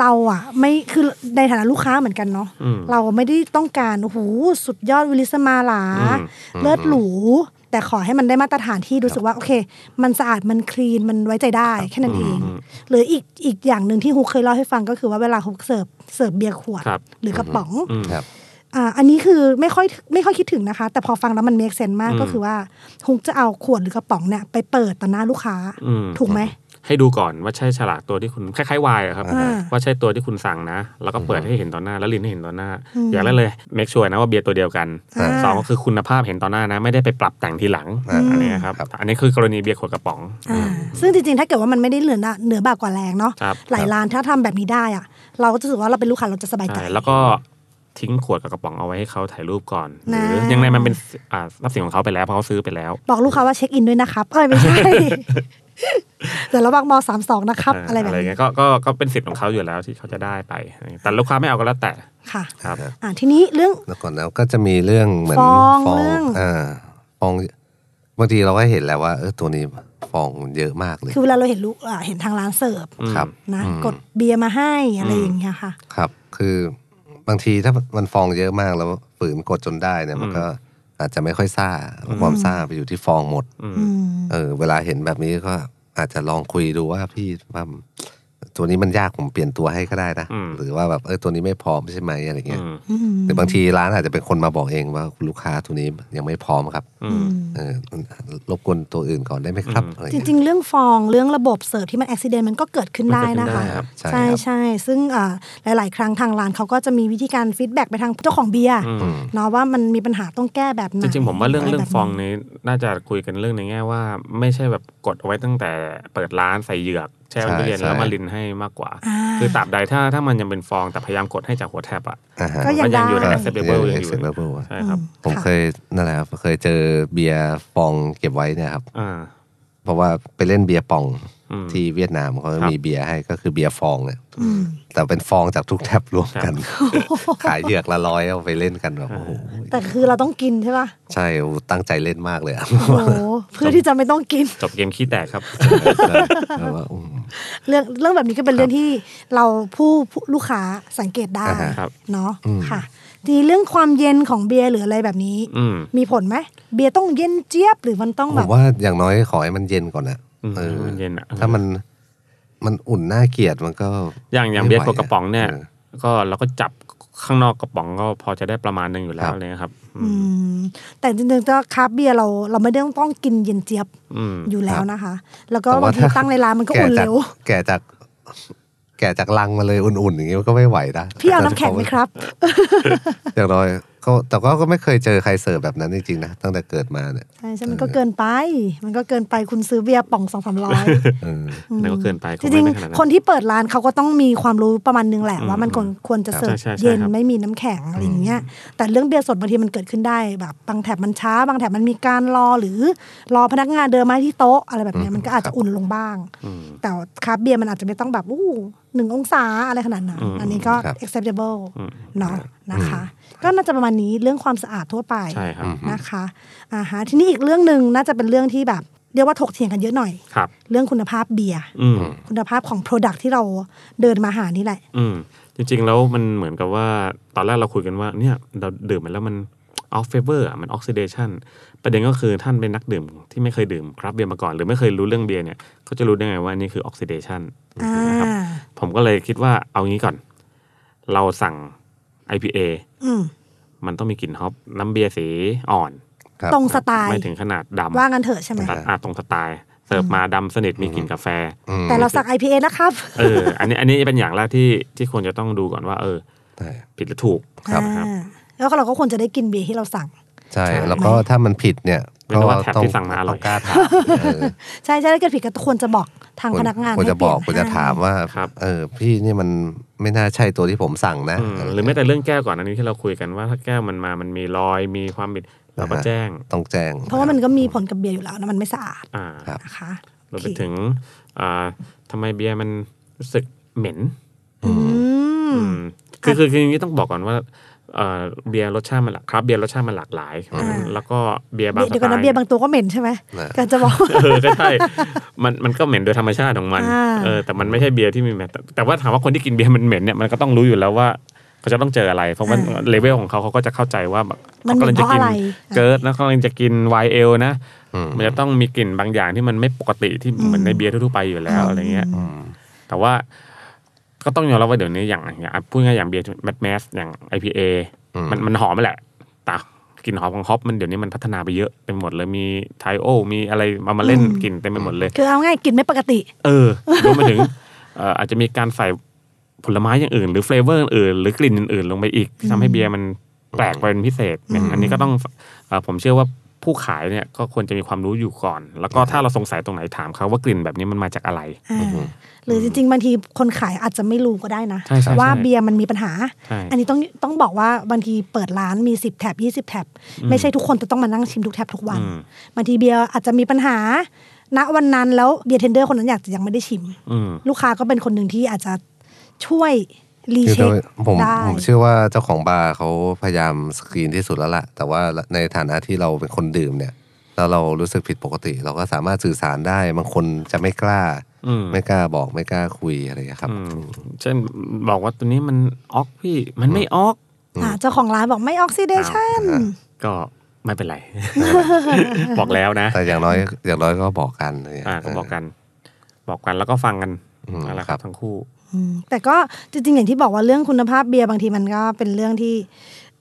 [SPEAKER 3] เราอ่ะไม่คือในฐานะลูกค้าเหมือนกันเนาะ
[SPEAKER 4] อืม
[SPEAKER 3] เราไม่ได้ต้องการโอ้โหสุดยอดวิลิสมาหลา
[SPEAKER 4] อืม
[SPEAKER 3] เลิศหรู แต่ขอให้มันได้มาตรฐานที่รู้สึกว่าโอเค มันสะอาดมันคลีนมันไว้ใจได้แค่นั้นเอง หรืออีกอีกอย่างหนึ่งที่ฮุกเคยเล่าให้ฟังก็คือว่าเวลาฮุกเสิร์ฟเสิร์ฟเบียร์ขวด
[SPEAKER 4] ครับ
[SPEAKER 3] หรือกระป๋อง
[SPEAKER 4] อืม
[SPEAKER 5] ครับ
[SPEAKER 3] อ่าอันนี้คือไม่ค่อยไม่ค่อยคิดถึงนะคะ แต่พอฟังแล้วมันเมคเซนมากก็คือว่าฮุกจะเอาขวดหรือกระป๋องเนี่ยไปเปิดต่อหน้าลูกค้า
[SPEAKER 4] อืม
[SPEAKER 3] ถูกไหม
[SPEAKER 4] ให้ดูก่อนว่าใช่ฉลากตัวที่คุณคล้ายๆวายอะครับ
[SPEAKER 3] อ่า
[SPEAKER 4] ว่าใช่ตัวที่คุณสั่งนะ แล้วก็เปิดให้เห็นต่อหน้าแล้วลิ้นให้เห็นต่อหน้า อย่างแรกเลยเมคชัวร์นะว่าเบียร์ตัวเดียวกัน
[SPEAKER 3] อ่า
[SPEAKER 4] สองก็คือคุณภาพเห็นต่อหน้านะ ไม่ได้ไปปรับแต่งทีหลัง
[SPEAKER 5] อ่า
[SPEAKER 4] อันนี้ครับอันนี้คือกรณีเบียร์ขวดกระป๋อง
[SPEAKER 3] อ่าซึ่งจริงๆ ถ้าเกิดว่ามันไม่ได้เหลือนะเหนือบากกว่าแรงเนาะ
[SPEAKER 4] ครับ
[SPEAKER 3] หลาย
[SPEAKER 4] ครับ
[SPEAKER 3] ร้านถ้าทำแบบนี้ได้อะเราก็จะรู้สึกว่าเราเป็นลูกค้าเราจะสบายใจ
[SPEAKER 4] ใช่แล้วก็ทิ้งขวดกับกระป๋องเอาไว้ให้เขาถ่ายรูปก่อน ห
[SPEAKER 3] นะ
[SPEAKER 4] รือยังไงมันเป็นอ่าทรัพย์สินของเขาไปแล้วเพราะเขาซื้อไปแล้ว
[SPEAKER 3] บอกลูกค้าว่าเช็คอินด้วยนะครับ เอ้ยไม่ใช่ เดี๋ยวระวังมสามสองนะครับ อะไรแบบนี้
[SPEAKER 4] เงี้ยก็ก็ก็เป็นสิทธิ์ของเขาอยู่แล้วที่เขาจะได้ไป แต่ลูกค้าไม่เอาก็แล้วแต่
[SPEAKER 3] ค่ะ
[SPEAKER 4] ครับ
[SPEAKER 3] อ่าทีนี้เรื่อง
[SPEAKER 5] แล้วก่อนแล้วก็จะมีเรื่องเหมือน
[SPEAKER 3] ฟอง
[SPEAKER 5] ฟอ
[SPEAKER 3] เรื่
[SPEAKER 5] ง
[SPEAKER 3] อง
[SPEAKER 5] อ่าฟองบางทีเราก็เห็นแล้วว่าเออตัวนี้ฟองเยอะมากเลย
[SPEAKER 3] คือเวลาเราเห็นลูกอ่าเห็นทางร้านเสิร์ฟ
[SPEAKER 4] อืม
[SPEAKER 5] ครับ
[SPEAKER 3] นะ
[SPEAKER 5] อืม
[SPEAKER 3] กดเบียร์มาให้อะไรอย่างเงี้ยค่ะ
[SPEAKER 5] ครับ คือบางทีถ้ามันฟองเยอะมากแล้วฝืนกดจนได้เนี่ยมันก็ อาจจะไม่ค่อยซ่าความซ่าไปอยู่ที่ฟองหมด
[SPEAKER 3] อืม
[SPEAKER 5] เออ เวลาเห็นแบบนี้ก็อาจจะลองคุยดูว่าพี่ว่าตัวนี้มันยากผมเปลี่ยนตัวให้ก็ได้นะ
[SPEAKER 4] อืม
[SPEAKER 5] หรือว่าแบบเออตัวนี้ไม่พร้อมใช่ไหมอะไรเงี้ย
[SPEAKER 4] อืม
[SPEAKER 3] อืม
[SPEAKER 5] หรือบางทีร้านอาจจะเป็นคนมาบอกเองว่าคุณลูกค้าตัวนี้ยังไม่พร้อมครับ
[SPEAKER 4] อื
[SPEAKER 3] อื
[SPEAKER 4] ม
[SPEAKER 3] ม
[SPEAKER 5] เออรบกวนตัวอื่นก่อนได้ไหมครับ
[SPEAKER 4] อืม
[SPEAKER 5] อะไร
[SPEAKER 3] จ
[SPEAKER 5] เงี้ย
[SPEAKER 3] ริง ๆ เรื่องฟองเรื่องระบบเสิร์ฟที่มันอุบิเหตุมันก็เกิดขึ้นได้นะคะ
[SPEAKER 5] มันเกิดขึ้นได้ครับใช่
[SPEAKER 3] ใช่
[SPEAKER 5] ครับ
[SPEAKER 3] ใช่ซึ่งอ่าหลาย ๆ ครั้งทางร้านเขาก็จะมีวิธีการฟีดแบ็กไปทางเจ้าของเบียร์
[SPEAKER 4] อืม
[SPEAKER 3] เนาะว่ามันมีปัญหาต้องแก้แบบไหน
[SPEAKER 4] จริงๆ ผมว่าเรื่อง
[SPEAKER 3] ะ
[SPEAKER 4] เรื่อง
[SPEAKER 3] ไแบบ
[SPEAKER 4] ฟองนี้น่าจะคุยกันเรื่องในแง่ว่า ไม่ใช่แบบกดเอาไว้ตั้งแต่เปิดร้านใส่เหยือกแช่ไว้ในตู้เย็น
[SPEAKER 5] ใช่
[SPEAKER 4] แล้วมา
[SPEAKER 5] ใช่
[SPEAKER 4] ลินให้มากกว่า
[SPEAKER 3] า
[SPEAKER 4] คือตราบใดถ้าถ้ามันยังเป็นฟองแต่พยายามกดให้จากหัวแทบอ่ะ
[SPEAKER 5] อ่าฮะ
[SPEAKER 3] ก็ยัง
[SPEAKER 4] มันยังอยู่ใน
[SPEAKER 3] ได้
[SPEAKER 4] acceptable ยังอยู่
[SPEAKER 5] acceptable อะ
[SPEAKER 4] ใช่ครับ
[SPEAKER 5] ผมเคยนั่นแหละครับเคยเจอเบียร์ปองเก็บไว้เนี่ยครับ
[SPEAKER 4] อ่า
[SPEAKER 5] เพราะว่าไปเล่นเบียร์ปอง
[SPEAKER 4] อืม
[SPEAKER 5] ที่เวียดนามเขา
[SPEAKER 4] ครับ
[SPEAKER 5] มีเบียร์ให้ก็คือเบียร์ฟองเนี่ย
[SPEAKER 3] อืม
[SPEAKER 5] แต่เป็นฟองจากทุกแทบรวมกัน ขายเหยือกละร้อยเอาไปเล่นกันแบบ
[SPEAKER 4] อ่า
[SPEAKER 5] โอ้โห
[SPEAKER 3] แต่คือเราต้องกินใช่ป่ะ
[SPEAKER 5] ใช่โอ้โหตั้งใจเล่นมากเลย อะ
[SPEAKER 3] โอ้โหเพื่อที่จะไม่ต้องกิน
[SPEAKER 4] จบเกมขี้แตกครับ
[SPEAKER 5] แต่ว่าอืม
[SPEAKER 3] เรื่องเรื่องแบบนี้ก็เป็นเรื่องที่เราผู้ผู้ลูกค้าสังเกตได้
[SPEAKER 5] อ่าฮะ
[SPEAKER 4] ครับ
[SPEAKER 3] เนาะ
[SPEAKER 5] อืม
[SPEAKER 3] ค่ะทนีเรื่องความเย็นของเบียร์หรืออะไรแบบนี้
[SPEAKER 4] อืม
[SPEAKER 3] มีผลไหมเบียร์ต้องเย็นเจี๊ยบหรือมันต้อง
[SPEAKER 5] ผ
[SPEAKER 3] แบ
[SPEAKER 5] ม
[SPEAKER 3] บ
[SPEAKER 5] ว่าอย่างน้อยขอให้มันเย็นก่อนอะ
[SPEAKER 4] อืม
[SPEAKER 5] เออ
[SPEAKER 4] ให้มันเย็นอะ
[SPEAKER 5] ถ้ามันมันอุ่นน่าเกลียดมันก็
[SPEAKER 4] อย่างอย่างเบี
[SPEAKER 5] ไม่
[SPEAKER 4] ยร์
[SPEAKER 5] ไหว
[SPEAKER 4] ขวดกระป๋องเนี่ย
[SPEAKER 5] ออ
[SPEAKER 4] ก็เราก็จับข้างนอกกระป๋องก็พอจะได้ประมาณหนึ่งอยู่แล้
[SPEAKER 5] ครั
[SPEAKER 4] ว
[SPEAKER 5] บ
[SPEAKER 4] อะไรเลยครับ
[SPEAKER 3] อืม แต่จริงๆถ้าคราฟต์เบียร์เราเราไม่ได้ต้องต้องกินเย็นเจี๊ยบ
[SPEAKER 4] อืม
[SPEAKER 3] อยู่แล้วนะคะ แล้วก็
[SPEAKER 5] แต่ว่
[SPEAKER 3] บางที
[SPEAKER 5] ถ้
[SPEAKER 3] ตั้งในร้านมันก็อุ่น
[SPEAKER 5] แะจา
[SPEAKER 3] เร็ว
[SPEAKER 5] แก่จาก แก่จากลังมาเลยอุ่นๆอย่างงี้มันก็ไม่ไหวนะ
[SPEAKER 3] พี่เอาน้ำแข็งไหมครับ
[SPEAKER 5] อย่างน้อยก็แต่ก็ก็ไม่เคยเจอใครเสิร์ฟแบบนั้นจริงๆนะตั้งแต่เกิดมาเนี่ย
[SPEAKER 3] ใช่ใช่มันก็เกินไป มันก็เกินไปคุณซื้อเบียร์ป่องสองสามร้อย
[SPEAKER 5] เออ
[SPEAKER 4] นั่นก็เกินไปค
[SPEAKER 3] จ
[SPEAKER 4] งไม่
[SPEAKER 3] ริง
[SPEAKER 4] ได้ขนาดนั้น
[SPEAKER 3] ๆคนที่เปิดร้านเขาก็ต้องมีความรู้ประมาณนึงแหละว่ามันควรควรจะเสิร์ฟ
[SPEAKER 4] ใช่ใช่
[SPEAKER 3] เย็น
[SPEAKER 4] ครับ
[SPEAKER 3] ไม่มีน้ำแข็งอะไรอย่างเงี้ยแต่เรื่องเบียร์สดบางทีมันเกิดขึ้นได้แบบบางแถบมันช้า บางแถบมันมีการรอหรือรอพนักงานเดินมาที่โต๊ะอะไรแบบเนี้ยมันก็อาจจะอุ่นลงบ้าง แต่คราฟต์เบียร์มันอาจจะไม่ต้องแบบอู้หนึ่งองศาอะไรขนาดนั้นอันนี้ก็
[SPEAKER 5] ครับ
[SPEAKER 3] acceptable เนาะนะคะ ก็น่าจะประมาณนี้เรื่องความสะอาดทั่วไป
[SPEAKER 4] ใช่ครับ
[SPEAKER 3] นะคะอ่าฮะทีนี้อีกเรื่องหนึ่งน่าจะเป็นเรื่องที่แบบเรียกว่าถกเถียงกันเยอะหน่อย
[SPEAKER 4] ครับ
[SPEAKER 3] เรื่องคุณภาพเบียร์
[SPEAKER 4] อืม
[SPEAKER 3] คุณภาพของ Product ที่เราเดินมาหานี่แหละ
[SPEAKER 4] อืมจริงๆ แล้วมันเหมือนกับว่าตอนแรกเราคุยกันว่าเนี่ยเราดื่มมันแล้วมันออฟเฟเวอร์มันออกซิเดชันประเด็นก็คือท่านเป็นนักดื่มที่ไม่เคยดื่มครับเบียร์มาก่อน หรือไม่เคยรู้เรื่องเบียร์เนี่ยเขาจะรู้ได้ไงว่านี่คือออกซิเดชัน
[SPEAKER 3] อ่า
[SPEAKER 4] นะครับผมก็เลยคิดว่าเอางี้ก่อน เราสั่ง IPA
[SPEAKER 3] อืม
[SPEAKER 4] มันต้องมีกลิ่นฮอปน้ำเบียร์สีอ่อน
[SPEAKER 5] ครับ
[SPEAKER 3] ตรงสไตล์
[SPEAKER 4] ไม่ถึงขนาดดำ
[SPEAKER 3] ว่างันเถอะใช่ไหม
[SPEAKER 4] ตัดอาตรงสไตล์เสิร์ฟมาดำสนิทมีกลิ่นกาแฟ
[SPEAKER 3] แต่เราสัก IPA นะครับ
[SPEAKER 4] เออ อันนี้อันนี้เป็นอย่างแรกที่ที่ควรจะต้องดูก่อนว่า เออ
[SPEAKER 5] ใช่
[SPEAKER 4] ผิดหรือถูก
[SPEAKER 5] ครับ
[SPEAKER 4] ครับ
[SPEAKER 3] อ่า แล้วก็เราก็ควรจะได้กินเบียร์ที่เราสั่ง
[SPEAKER 5] ใช่ แล้วก็ถ้ามันผิดเนี่ย
[SPEAKER 4] ไม่รู้ว่าแท็บที่สั่งมาอร่อย
[SPEAKER 5] ต้กล้า ถามเออ
[SPEAKER 3] ใช่ใช่ถ้าเกิดผิดก็ควรจะบอกทางพนักงาน
[SPEAKER 5] ควรจะบอก
[SPEAKER 3] ให้
[SPEAKER 5] ค
[SPEAKER 3] เป
[SPEAKER 5] ว
[SPEAKER 3] ลี่
[SPEAKER 5] ร
[SPEAKER 3] ยน
[SPEAKER 5] จะถาม
[SPEAKER 3] ให้
[SPEAKER 5] ว่า
[SPEAKER 4] ครับ
[SPEAKER 5] เออ พี่นี่มันไม่น่าใช่ตัวที่ผมสั่งนะ
[SPEAKER 4] อืม
[SPEAKER 5] เ
[SPEAKER 4] หรือแม้แต่เรื่องแก้วก่อนอันนี้ที่เราคุยกันว่าถ้าแก้วมันมามันมีรอยมีความบิดเราก็แจ้ง
[SPEAKER 5] ต้องแจ้ง
[SPEAKER 3] เพราะว่ามันก็มีผลกับเบียร์อยู่แล้วนะมันไม่สะอาด
[SPEAKER 4] อ่า
[SPEAKER 5] ครับ
[SPEAKER 3] นะคะ
[SPEAKER 4] รวมไปถึงอ่าทำไมเบียร์มันรู้สึกเหม็น
[SPEAKER 3] อืม
[SPEAKER 4] อืมคือคือคืออย่างนี้ต้องบอกก่อนว่าเอ่อเบียร์รสชาติมันหลากครับเบียร์รสชาติมันหลากหลาย
[SPEAKER 3] อ่า
[SPEAKER 4] แล้วก็เบียร์บาง
[SPEAKER 3] เบีย
[SPEAKER 4] ส
[SPEAKER 3] ร์เดี๋ยว
[SPEAKER 4] ไต
[SPEAKER 3] กันนะ
[SPEAKER 4] ล์
[SPEAKER 3] เบียร์บางตัวก็เหม็นใช่ไหม
[SPEAKER 5] นะ
[SPEAKER 3] กันจะบอก
[SPEAKER 4] เออก็ใช่มันมันก็เหม็นโดยธรรมชาติของมัน
[SPEAKER 3] อ่า
[SPEAKER 4] เออแต่มันไม่ใช่เบียร์ที่มีแต่แต่ว่าถามว่าคนที่กินเบียร์มันเหม็นเนี่ยมันก็ต้องรู้อยู่แล้วว่าเขาจะต้องเจออะไร เพราะว่าเลเวลของเขาเขาก็จะเข้าใจว่าแบบ
[SPEAKER 3] มันเหม็นเพราะอะไร
[SPEAKER 4] เกิร์ดแล้วเขากำลังจะกินไวเอลนะ มันจะต้องมีกลิ่นบางอย่างที่มันไม่ปกติที่เหมือนในเบียร์ทั่วๆไปอยู่แล้วอะไรเงี้ยแต่ว่าก็ต้องยอมรับว่าเดี๋ยวนี้อย่างอย่างพูดง่ายๆอย่างเบียร์แมทแมสอย่าง IPA มันมันหอมแหละแต่กลิ่นหอมของฮอปมันเดี๋ยวนี้มันพัฒนาไปเยอะไปหมดเลยมีไทโอ มีอะไรมามาเล่นกลิ่นเต็มไปหมดเลย
[SPEAKER 3] คือเอาง่ายกินไม่ปกติ
[SPEAKER 4] เออรวมไปถึงเอ่ออาจจะมีการใส่ผลไม้อย่างอื่น หรือเฟลเวอร์อื่นหรือกลิ่นอื่นๆลงไปอีกที่ทำให้เบียร์มันแปลกไปเป็นพิเศษเนี่ยอันนี้ก็ต้องเอ่อผมเชื่อว่าผู้ขายเนี่ยก็ควรจะมีความรู้อยู่ก่อน แล้วก็ถ้าเราสงสัยตรงไหนถามเขาว่ากลิ่นแบบนี้มันมาจากอะไร
[SPEAKER 3] อ่าหรือจริง ๆ บางทีคนขายอาจจะไม่รู้ก็ได้นะ
[SPEAKER 4] ใช่ใช่
[SPEAKER 3] ว่า
[SPEAKER 4] ใช่
[SPEAKER 3] เบียร์มันมีปัญหา
[SPEAKER 4] ใช่
[SPEAKER 3] อันนี้ต้องต้องบอกว่าบางทีเปิดร้านมี 10 แถบ 20 แถบ ไม่ใช่ทุกคนจะต้องมานั่งชิมทุกแถบทุกวัน
[SPEAKER 4] อืม
[SPEAKER 3] บางทีเบียร์อาจจะมีปัญหา ณวันนั้นแล้วเบียร์เทนเดอร์คนนั้นอยากจะยังไม่ได้ชิม
[SPEAKER 4] อืม
[SPEAKER 3] ลูกค้าก็เป็นคนหนึ่งที่อาจจะช่วยรี
[SPEAKER 5] คือ
[SPEAKER 3] เช็ค
[SPEAKER 5] ผม
[SPEAKER 3] ได้
[SPEAKER 5] ผมเชื่อว่าเจ้าของบาร์เขาพยายามสกรีนที่สุดแล้วล่ะ แต่ว่าในฐานะที่เราเป็นคนดื่มเนี่ยแล้วเรารู้สึกผิดปกติ เราก็สามารถสื่อสารได้บางคนจะไม่กล้า
[SPEAKER 4] อืม
[SPEAKER 5] ไม่กล้าบอกไม่กล้าคุยอะไรอย่างเงี้ยครับ
[SPEAKER 4] อืมเช่นบอกว่าตัวนี้มันออกพี่มันไม่ออก
[SPEAKER 3] อ่าเจ้าของร้านบอกไม่ออกซิเดชัน
[SPEAKER 4] ก็ ไม่เป็นไร บอกแล้ว นะ
[SPEAKER 5] แต่อย่างน้อยอย่างน้อยก็บอกกันอะไรย่งเงี้ย
[SPEAKER 4] อ่าก็บอกกัน บอกกันแล้วก็ฟังกัน
[SPEAKER 5] อืม
[SPEAKER 4] นั่นแหละค
[SPEAKER 5] ครั
[SPEAKER 4] รับบ ทั้งคู่
[SPEAKER 3] อืมแต่ก็จริงๆอย่างที่บอกว่าเรื่องคุณภาพเบียร์บางทีมันก็เป็นเรื่องที่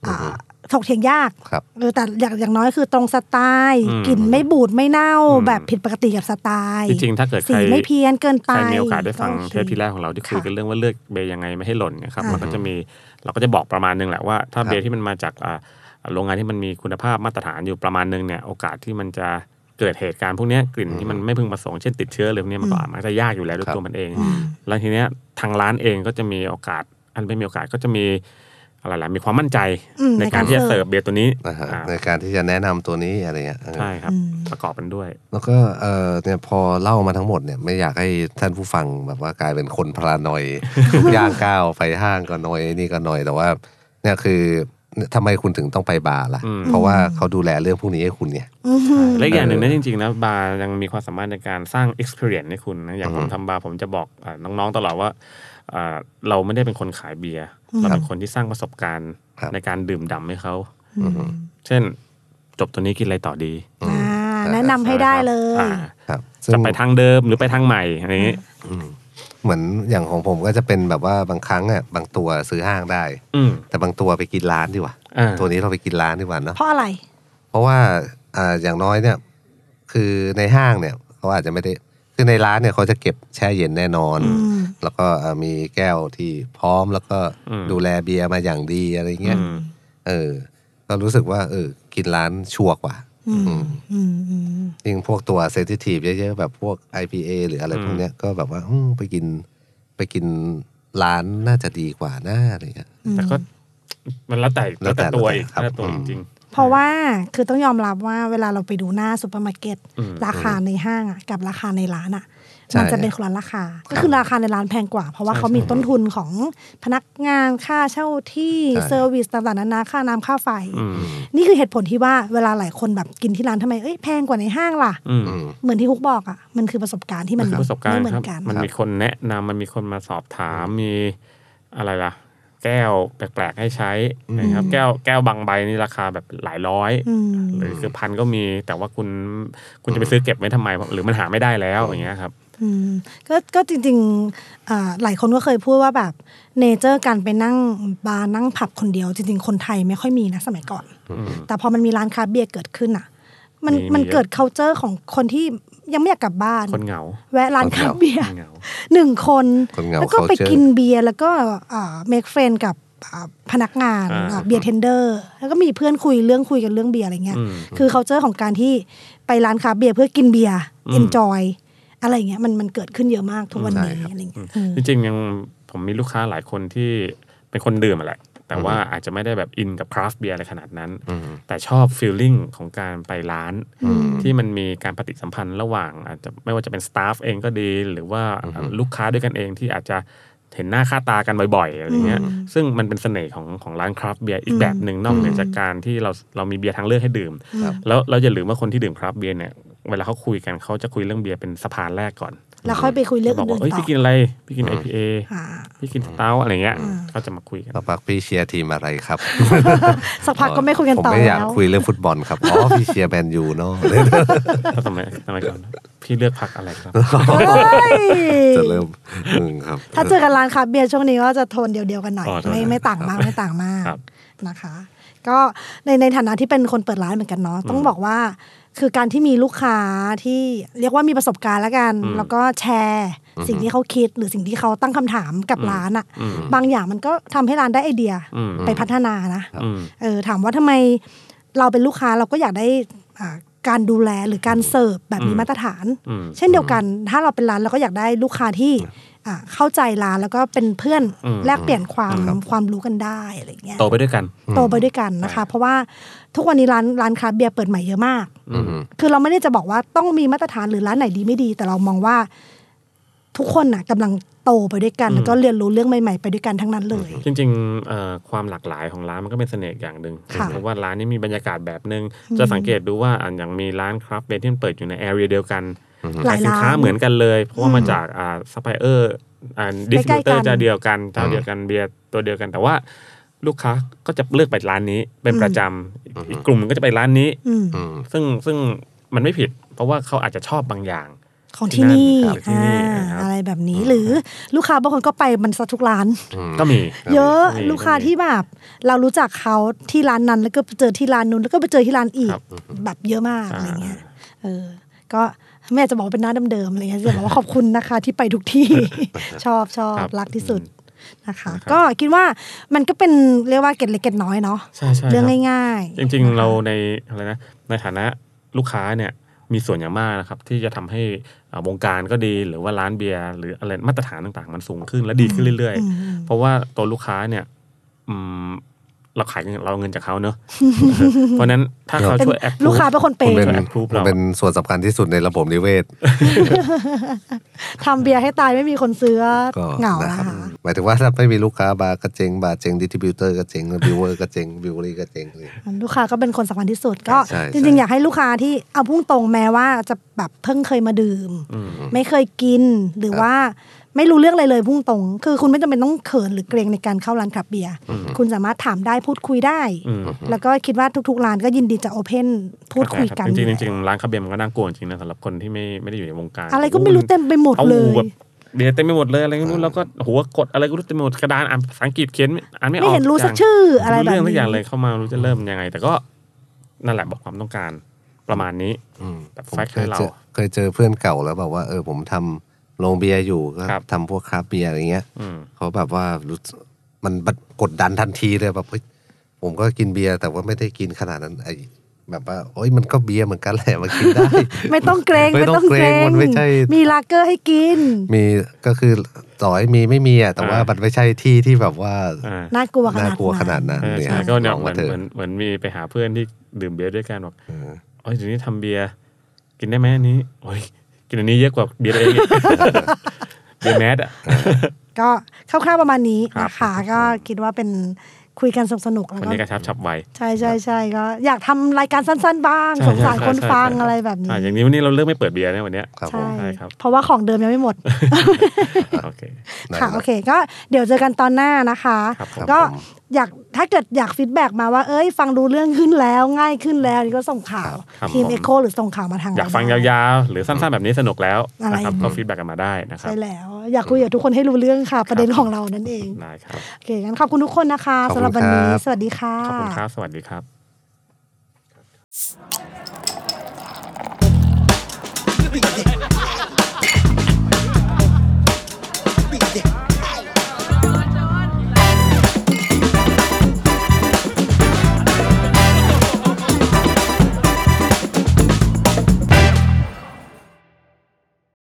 [SPEAKER 3] อ่าถกเถียงยาก
[SPEAKER 5] ครับ
[SPEAKER 3] เออแต่อย่างอย่างน้อยคือตรงสไตล์
[SPEAKER 4] อืม
[SPEAKER 3] กลิ่นไม่บูดไม่เน่า
[SPEAKER 4] อืม
[SPEAKER 3] แบบผิดปกติกับสไตล์
[SPEAKER 4] จริงๆ ถ้าเกิด
[SPEAKER 3] สี
[SPEAKER 4] ใคร
[SPEAKER 3] ไม่เพี้ยนเกินไป
[SPEAKER 4] ใครมีโอกาสได้ฟัง
[SPEAKER 3] โอค
[SPEAKER 4] เทปที่แรกของเราที่คุยกันเรื่องว่าเลือกเบยร์ยังไงไม่ให้หล่นเนะครับ
[SPEAKER 3] อ่า
[SPEAKER 4] เราก็จะมีเราก็จะบอกประมาณนึงแหละว่า ถ้า
[SPEAKER 5] ครับ
[SPEAKER 4] เบยร์ที่มันมาจากอ่าโรงงานที่มันมีคุณภาพมาตรฐานอยู่ประมาณนึงเนี่ยโอกาสที่มันจะเกิดเหตุการณ์พวกเนี้ยกลิ่นที่มันไม่พึงประสงค์เช่นติดเชื้อหรือพวกเนี้ยมันก็อาจมันจะยากอยู่แล้วด้วยตัวมันเอง แล้วทีเนี้ยทางร้านเองก็จะมีโอกาส อันเป็นมีโอกาสก็จะมีอะไรล่ะมีความมั่นใจ
[SPEAKER 3] อืม
[SPEAKER 4] ในการ
[SPEAKER 3] ในการ
[SPEAKER 4] ที่จะเสิร์ฟเบียร์ตัวนี้
[SPEAKER 5] นะฮะ
[SPEAKER 4] อ่า
[SPEAKER 5] ในการที่จะแนะนำตัวนี้อะไรเงี้ยเออ
[SPEAKER 4] ใช่ครับ ประกอบกันด้วย
[SPEAKER 5] แล้วก็เออเนี่ยพอเล่ามาทั้งหมดเนี่ยไม่อยากให้ท่านผู้ฟังแบบว่ากลายเป็นคนพลานอย ย่างก้าวไปห้างก็นอยนี่ก็นอยแต่ว่าเนี่ยคือทำไมคุณถึงต้องไปบาร์ล่ะ
[SPEAKER 4] อืม
[SPEAKER 5] เพราะว่าเขาดูแลเรื่องพวกนี้ให้คุณเนี่ย
[SPEAKER 3] อืม
[SPEAKER 4] และอีกอย่างหนึ่งนะจริงๆนะบาร์ยังมีความสามารถในการสร้าง experience ให้คุณนะอย่างผมทำบาร์ผมจะบอกอาน้องๆตลอดว่าอ่า เราไม่ได้เป็นคนขายเบียร์เราเป็นคนที่สร้างประสบการณ์
[SPEAKER 5] ครับ
[SPEAKER 4] ในการดื่มด่ำให้เขาเช่นจบตัวนี้กินอะไรต่อดี
[SPEAKER 3] อ่าแนะนำให้ได้เลย
[SPEAKER 4] อ่า
[SPEAKER 5] ครับซึ่ง
[SPEAKER 4] จะไปทางเดิมหรือไปทางใหม่อะไรอย่างนี้
[SPEAKER 5] เหมือนอย่างของผมก็จะเป็นแบบว่าบางครั้งอ่ะบางตัวซื้อห้างได้
[SPEAKER 4] อืม
[SPEAKER 5] แต่บางตัวไปกินร้านดีกว่า
[SPEAKER 4] อ่า
[SPEAKER 5] ตัวนี้เราไปกินร้านดีกว่าเนาะ
[SPEAKER 3] เพราะอะไร
[SPEAKER 5] เพราะว่าอ่าอย่างน้อยเนี่ย คือในห้างเนี่ยเขาอาจจะไม่ได้คือในร้านเนี่ยเขาจะเก็บแช่เย็นแน่นอน แล้วก็อ่ามีแก้วที่พร้อมแล้วก็ดูแลเบียร์มาอย่างดีอะไรเงี้ยเออเรารู้สึกว่าเออกินร้านชัวร์กว่า อืม
[SPEAKER 3] อืมอืม
[SPEAKER 5] ยิ่งพวกตัวเซนซิทีฟเยอะๆ แบบพวก IPA หรืออะไรพวกเนี้ยก็แบบว่าอืมไปกินไปกินร้านน่าจะดีกว่าน่าอะไรเงี้ย
[SPEAKER 4] แต่ก็มันแล้วแต่
[SPEAKER 5] แล้
[SPEAKER 4] แล้ว
[SPEAKER 5] วแต่
[SPEAKER 4] แต่ตัวอีก
[SPEAKER 5] ครั
[SPEAKER 4] แล้ว
[SPEAKER 5] บ
[SPEAKER 4] แต่ตัว
[SPEAKER 5] อื
[SPEAKER 4] จ
[SPEAKER 5] ม
[SPEAKER 4] ริง
[SPEAKER 3] เพราะว่าคือต้องยอมรับว่าเวลาเราไปดูหน้าซูเปอร์มาร์เก็ต
[SPEAKER 4] อืม
[SPEAKER 3] ราคาในห้างอะกับราคาในร้านอ่ะ
[SPEAKER 5] ใช่
[SPEAKER 3] มันจะเป็นคนละราคา ก็คือราคาในร้านแพงกว่า เพราะว่าเขามีต้นทุนของพนักงานค่าเช่าที่
[SPEAKER 5] ใช่
[SPEAKER 3] เซอร์วิสต่างๆนานาค่าน้ำค่าไฟ
[SPEAKER 4] ๆอืม
[SPEAKER 3] นี่คือเหตุผลที่ว่าเวลาหลายคนแบบกินที่ร้านทำไมเอ้ยแพงกว่าในห้างล่ะ
[SPEAKER 4] อืม
[SPEAKER 5] อืม
[SPEAKER 3] เหมือนที่ฮุกบอกอ่ะมันคือประสบการณ์ที่มัน
[SPEAKER 4] ประสบการ
[SPEAKER 3] ไม่
[SPEAKER 4] ณ์
[SPEAKER 3] เหมื
[SPEAKER 4] ค
[SPEAKER 3] อ
[SPEAKER 4] รั
[SPEAKER 3] น
[SPEAKER 4] บ
[SPEAKER 3] กัน
[SPEAKER 4] มันมีคนแนะนำมันมีคนมาสอบถามมีอะไรล่ะ แก้วแปลกๆให้ใช้นะครับ แก้วแก้วบางใบนี่ราคาแบบหลายร้อย
[SPEAKER 3] อืม
[SPEAKER 4] หรือคือพันก็มีแต่ว่าคุณคุณจะไปซื้อเก็บไว้ทำไม หรือมันหาไม่ได้แล้วอย่างเงี้ยครับ
[SPEAKER 3] อืมก็ก็จริงๆอ่าหลายคนก็เคยพูดว่าแบบเนเจอร์การไปนั่งบาร์นั่งผับคนเดียว จริง ๆ คนไทยไม่ค่อยมีนะสมัยก่อน แต่พอมันมีร้านคราฟต์เบียร์เกิดขึ้นอ่ะ มัน
[SPEAKER 4] มีมี
[SPEAKER 3] มัน
[SPEAKER 4] เยอะ
[SPEAKER 3] เกิด c u เจอร์ของคนที่ยังไม่อยากกลับบ้าน
[SPEAKER 4] คนเห งา
[SPEAKER 3] แวะร้าน
[SPEAKER 5] ค
[SPEAKER 3] ค
[SPEAKER 5] น
[SPEAKER 3] ราง
[SPEAKER 5] เหา
[SPEAKER 3] ฟต์เบียร์
[SPEAKER 4] เหงา
[SPEAKER 3] หนึ่งคน
[SPEAKER 5] คนเหงา
[SPEAKER 3] แล้วก็ไป
[SPEAKER 5] culture
[SPEAKER 3] กินเบียร์แล้วก็เมคเฟรนกับอ่าพนักงาน
[SPEAKER 4] อ่า
[SPEAKER 3] อ่าเบียร์เทนเดอร์แล้วก็มีเพื่อนคุยเรื่องคุยกันเรื่องเบียร์อะไรเงี้ย
[SPEAKER 4] อืม
[SPEAKER 3] คือ c u เจอร์ของการที่ไปร้านคราฟต์เบียร์เพื่อกินเบียร์
[SPEAKER 4] อืม
[SPEAKER 3] enjoy อะไรเงี้ยมันมันเกิดขึ้นเยอะมากทุกวันนี้
[SPEAKER 5] ใช่ครับ
[SPEAKER 3] อะไรเงี้ยเออ
[SPEAKER 4] จริงๆยังผมมีลูกค้าหลายคนที่เป็นคนดื่มอะแหละแต่ว่าอาจจะไม่ได้แบบอินกับคราฟต์เบียร์อะไรขนาดนั้น แต่ชอบฟีลลิ่งของการไปร้าน ที่มันมีการปฏิสัมพันธ์ระหว่าง อาจจะไม่ว่าจะเป็นสตาฟเองก็ดี หรือว่าลูกค้าด้วยกันเองที่อาจจะเห็นหน้าค่าตากันบ่อยๆอะไรเงี้ยซึ่งมันเป็นเสน่ห์ของของร้านคราฟต์เบียร์อีกแบบหนึ่งนอกเหนือจากการที่เราเรามีเบียร์ทางเลือกให้ดื่ม แล้วเราอย่าลืมว่าคนที่ดื่มคราฟต์เบียร์เนี่ยเวลาเขาคุยกันเขาจะคุยเรื่องเบียร์เป็นสะพานแรกก่อน
[SPEAKER 3] แล้วค่อยไปคุยเรื่อง
[SPEAKER 4] บอก
[SPEAKER 3] อื่
[SPEAKER 4] ว่า
[SPEAKER 3] น
[SPEAKER 4] เอ้ย
[SPEAKER 3] ๆต่อ
[SPEAKER 4] พี่กินอะไร พี่กิน IPA
[SPEAKER 3] อ่า
[SPEAKER 4] พี่กินสเต้าอะไรเงี้ยก็จะมาคุยกัน
[SPEAKER 5] เราปักพี่เชียร์ทีมอะไรครับ
[SPEAKER 3] สักพักก็ไม่คุยกันต่อ
[SPEAKER 5] ผมไม่อยา
[SPEAKER 3] แล้
[SPEAKER 5] ก
[SPEAKER 3] ว
[SPEAKER 5] คุยเรื่องฟุตบอลครับอ๋อพี่เชียร์แมนยูเนาะ
[SPEAKER 4] ถ้าสมัยสมัยก่อนนะพี่เลือกพักอะไรครับ
[SPEAKER 5] จะเริ่มอืมครับ
[SPEAKER 3] ถ้าเจอกันร้านคราฟต์เบียร์ช่วงนี้ก็จะโทนเดียวๆกันหน่อย
[SPEAKER 4] อ๋อโทน
[SPEAKER 3] ไม่ไม่ต่างมากไม่ต่างมาก
[SPEAKER 4] ครับ
[SPEAKER 3] นะคะ ก็ในในฐานะที่เป็นคนเปิดร้านเหมือนกันเนาะต้องบอกว่า คือการที่มีลูกค้าที่เรียกว่ามีประสบการณ์แล้วกัน แล้วก็แชร์ สิ่งที่เขาคิดหรือสิ่งที่เขาตั้งคำถามกับร้านอะบางอย่างมันก็ทำให้ร้านได้ไอเดียไปพัฒนานะ
[SPEAKER 4] อืม
[SPEAKER 3] เออถามว่าทำไมเราเป็นลูกค้าเราก็อยากได้อ่าการดูแลหรือการเสิร์ฟแบบมีมาตรฐาน
[SPEAKER 4] อืม
[SPEAKER 3] เช่นเดียวกัน ถ้าเราเป็นร้านเราก็อยากได้ลูกค้าที่อ่าเข้าใจร้านแล้วก็เป็นเพื่อน
[SPEAKER 4] อืม
[SPEAKER 3] แลกเปลี่ยนความความรู้กันได้อะไรอย่างเงี้ย
[SPEAKER 4] โตไปด้วยกัน
[SPEAKER 3] โตไปด้วยกันนะคะ เพราะว่าทุกวันนี้ร้านร้านคราฟต์เบียร์เปิดใหม่เยอะมาก คือเราไม่ได้จะบอกว่าต้องมีมาตรฐานหรือร้านไหนดีไม่ดี แต่เรามองว่า ทุกคนน่ะกำลังโตไปด้วยกันแล้วก็เรียนรู้เรื่องใหม่ๆ ไปด้วยกันทั้งนั้นเลย
[SPEAKER 4] จริงๆเอ่อความหลากหลายของร้านมันก็เป็นเสน่ห์อย่างหนึ่ง
[SPEAKER 3] ค่ะ
[SPEAKER 4] เพราะว่าร้านนี้มีบรรยากาศแบบหนึ่งจะสังเกตดูว่าอันอย่างมีร้านครับเบนที่มันเปิดอยู่ในแอเรียเดียวกัน
[SPEAKER 3] ห
[SPEAKER 4] ขา
[SPEAKER 3] ลาย ย
[SPEAKER 4] สินค้า
[SPEAKER 3] ร้าน
[SPEAKER 4] เหมือนกันเลย เพราะว่ามาจากอ่าซัพพลายเออร์อ่าดิสติบิวเตอร์
[SPEAKER 3] ใกล้ๆกัน
[SPEAKER 4] เจ้าเดียวกันเจ้าเดียวกันเบียร์ตัวเดียวกัน แต่ว่า ลูกค้าก็จะเลือกไปร้านนี้ เป็นประจำอีกกลุ่มหนึงก็จะไปร้านนี้
[SPEAKER 3] อืม
[SPEAKER 5] อืม
[SPEAKER 4] ซึ่งซึ่งมันไม่ผิด เพราะว่าเขาอาจจะชอบบางอย่าง
[SPEAKER 3] ของที่นี่
[SPEAKER 4] ครับที่นี่
[SPEAKER 3] อ่า
[SPEAKER 4] ครับ
[SPEAKER 3] อะไรแบบนี้หรือลูกค้าบางคนก็ไปมันซะทุกร้าน
[SPEAKER 4] ก็มี
[SPEAKER 3] เยอะ
[SPEAKER 4] มี
[SPEAKER 3] ลูกค้า
[SPEAKER 4] มี
[SPEAKER 3] ที่แบบเรารู้จักเขาที่ร้านนั้นแล้วก็ไปเจอที่ร้านนู้นแล้วก็ไปเจอที่ร้านอีก
[SPEAKER 4] ครับ
[SPEAKER 3] แบบเยอะมาก
[SPEAKER 4] อ่า
[SPEAKER 3] อะไรเงี้ยเออ ก็แม่จะบอกว่าเป็นหน้าเดิมๆอะไรเงี้ยจะบอกว่าขอบคุณนะคะ ที่ไปทุกที่ ชอบชอบรักที่สุดนะคะ ก็คิดว่ามันก็เป็นเรียกว่าเกร็ดเล็กเกร็ดน้อยเนาะ
[SPEAKER 4] ใช่ใช่คบ
[SPEAKER 3] เรื่องง่ายๆ
[SPEAKER 4] จริงๆเราในอะไรนะในฐานะลูกค้าเนี่ยมีส่วนอย่างมากนะครับ ที่จะทำให้อ่าวงการก็ดีหรือว่าร้านเบียร์หรืออะไรมาตรฐานต่างๆ มันสูงขึ้นและดีขึ้นเรื่อย
[SPEAKER 3] อืม
[SPEAKER 4] ๆ เพราะว่าตัวลูกค้าเนี่ยอืมเราขายเงินเราเอาเงินจากเขาเนอะ เพราะฉะนั้นถ้าเขา
[SPEAKER 3] เป็น
[SPEAKER 4] ช่วยแอป
[SPEAKER 3] ลูกค้าเป็นคนเป
[SPEAKER 5] คุณ
[SPEAKER 3] ย์
[SPEAKER 5] เป็น
[SPEAKER 4] ช่วย approve
[SPEAKER 5] คุณเป็นส่วนสำคัญที่สุดในระบบนิเวศ
[SPEAKER 3] ทำเบียร์ให้ตายไม่มีคนซื้อ
[SPEAKER 5] ก็
[SPEAKER 3] เหงา
[SPEAKER 5] นะ
[SPEAKER 3] นะครับ คะ
[SPEAKER 5] หมายถึงว่าถ้าไม่มีลูกค้าบาร์ก็เจ๊งบาร์เจ๊งดิสติบิวเตอร์ก็เจ๊งบิวเวอร์ก็เจ๊งบิวรี่ก็เจ๊งเลย
[SPEAKER 3] ลูกค้าก็เป็นคนสำคัญที่สุดก็
[SPEAKER 5] ใช่ใช่
[SPEAKER 3] จริง ๆ อยากให้ลูกค้าที่เอาพุ่งตรงแม้ว่าจะแบบเพิ่งเคยมาดื่ม
[SPEAKER 4] อืม
[SPEAKER 3] ไม่เคยกินหรือว่าไม่รู้เรื่องอะไรเลยพุ่งตรง คือคุณไม่จำเป็นต้องเขินหรือเกรงในการเข้าร้านคลับเบียร์คุณสามารถถามได้พูดคุยได้
[SPEAKER 4] อืม
[SPEAKER 3] แล้วก็คิดว่าทุกๆร้านก็ยินดีจะโอเพนพูดคุยกัน
[SPEAKER 4] จริงๆจริงๆร้านคาเบียร์มันก็น่ากลัวจริงๆนะสำหรับคนที่ไม่ไม่ได้อยู่ในวงการ
[SPEAKER 3] อะไรก็ไม่รู้เต็มไปหมด
[SPEAKER 4] เอา
[SPEAKER 3] เลย
[SPEAKER 4] แบบเบียร์เต็มไปหมดเลยอะไรก็ไม่รู้แล้วก็หัวกดอะไรก็ไม่รู้เต็มไปหมดกระดานอ่านภาษาอังกฤษเขียนไม่อ่านไม่ออก
[SPEAKER 3] ไม่เห็นรู้สัก
[SPEAKER 4] ย่าง
[SPEAKER 3] ชื่ออะไรแบบ
[SPEAKER 4] เรื่องทุก
[SPEAKER 3] นี้
[SPEAKER 4] อย่างเลยเข้ามารู้จะเริ่มยังไง แต่ก็นั่นแหละบอกความต้องการประมาณนี้
[SPEAKER 5] อืม
[SPEAKER 4] แบบ
[SPEAKER 5] ผม
[SPEAKER 4] แฟกต์
[SPEAKER 5] เค
[SPEAKER 4] ให้
[SPEAKER 5] ย
[SPEAKER 4] เรา
[SPEAKER 5] เจอเคยเจอเพื่อนเก่าแล้วแบบว่าเออผมทำโรงเบียร์อยู่ก็
[SPEAKER 4] ครับ
[SPEAKER 5] ทำพวกคราฟต์เบียร์อะไรเงี้ย
[SPEAKER 4] อืม
[SPEAKER 5] เขาแบบว่ารู้สึกมันบัดกดดันทันทีเลยแบบเฮ้ยผมก็กินเบียร์แต่ว่าไม่ได้กินขนาดนั้นไอแบบว่าโอ้ยมันก็เบียร์เหมือนกันแหละมากินได้
[SPEAKER 3] ไม่ต้องเกรง
[SPEAKER 5] ไม่
[SPEAKER 3] ไม่
[SPEAKER 5] ต้
[SPEAKER 3] ต้
[SPEAKER 5] อ
[SPEAKER 3] อง ง
[SPEAKER 5] เก
[SPEAKER 3] เก
[SPEAKER 5] ร
[SPEAKER 3] รง ง
[SPEAKER 5] มันไม่ใช่
[SPEAKER 3] มีลากเกอร์ให้กิน
[SPEAKER 5] มีก็คือต่อให้มีไม่มีอ่ะแต่ว่า
[SPEAKER 4] อ่ามั
[SPEAKER 5] มันไม่ใช่ที่ที่แบบว่า
[SPEAKER 4] อ่า
[SPEAKER 3] น่ากลัวขนา
[SPEAKER 5] น่า
[SPEAKER 3] ด
[SPEAKER 5] กลัวขนาด
[SPEAKER 3] นั้น
[SPEAKER 5] นั้
[SPEAKER 4] เออ
[SPEAKER 5] นเนี่ย
[SPEAKER 4] ใช่ก็เนี่ย
[SPEAKER 5] ลอง
[SPEAKER 4] เหมื
[SPEAKER 5] มา
[SPEAKER 4] อน
[SPEAKER 5] เถอะ
[SPEAKER 4] เหมือนเหมือนมีไปหาเพื่อนที่ดื่มเบียร์ด้วยกันบอก
[SPEAKER 5] เออ
[SPEAKER 4] โอ้ยเดี๋ยวนี้ทำเบียร์กินได้ไหมอันนี้โอ้ยกินอันนี้เยอะกว่าเบียร์เองอีก เบียร์แมสอ่ะ
[SPEAKER 3] ก็คร่าวๆประมาณนี้
[SPEAKER 4] ครับ
[SPEAKER 3] นะคะก็คิดว่าเป็นคุยกันสนุกๆแล้ว
[SPEAKER 4] วัน
[SPEAKER 3] ก็
[SPEAKER 4] นี้กระชับฉับไว
[SPEAKER 3] ใช่ใช่ใช่ก็อยากทำรายการสั้นๆ บ้าง สงสารคนฟังอะไรแบบนี้
[SPEAKER 4] อ่าอย่างนี้วันนี้เราเลือกไม่เปิดเบียร์นะวันเนี้ย
[SPEAKER 5] ครับผ
[SPEAKER 3] ใช่
[SPEAKER 5] ม
[SPEAKER 4] ใช่ครับ
[SPEAKER 3] เพราะว่าของเดิมยังไม่หมด
[SPEAKER 4] โอเค
[SPEAKER 3] ค่ะโอเค ก็เดี๋ยวเจอกันตอนหน้านะคะ
[SPEAKER 4] ครับผม
[SPEAKER 3] ก็
[SPEAKER 5] ครับผม
[SPEAKER 3] อยากถ้าเกิดอยากฟีดแบ็กมาว่า เอ้ย ฟังดูเรื่องขึ้นแล้วง่ายขึ้นแล้วนี่ก็ส่งข่าว
[SPEAKER 4] ครับ
[SPEAKER 3] ทีม
[SPEAKER 4] ผม
[SPEAKER 3] เอ็โคหรือส่งข่าวมาทาง
[SPEAKER 4] อยากฟัง
[SPEAKER 3] เร
[SPEAKER 4] ยา
[SPEAKER 3] ได้
[SPEAKER 4] วๆ หรือสั้นๆแบบนี้สนุกแล้ว
[SPEAKER 3] อะไร
[SPEAKER 4] นะครับก็ฟีดแบ็กกันมาได้นะครับ
[SPEAKER 3] ใช่แล้ว อยากคุยกับทุกคนให้รู้เรื่องค่ะ ประเด็น
[SPEAKER 4] ครับ
[SPEAKER 3] ของเรานั่นเอง
[SPEAKER 4] ได้ครับ
[SPEAKER 3] โอเคงั้นขอบคุณทุกคนนะคะ
[SPEAKER 5] ขอบคุ
[SPEAKER 3] สำ
[SPEAKER 5] ณ
[SPEAKER 3] หรับวันนี้
[SPEAKER 5] ครับ
[SPEAKER 3] สวัสดีค่ะ
[SPEAKER 4] ขอบคุณครับสวัสดีครับ
[SPEAKER 2] Big dick.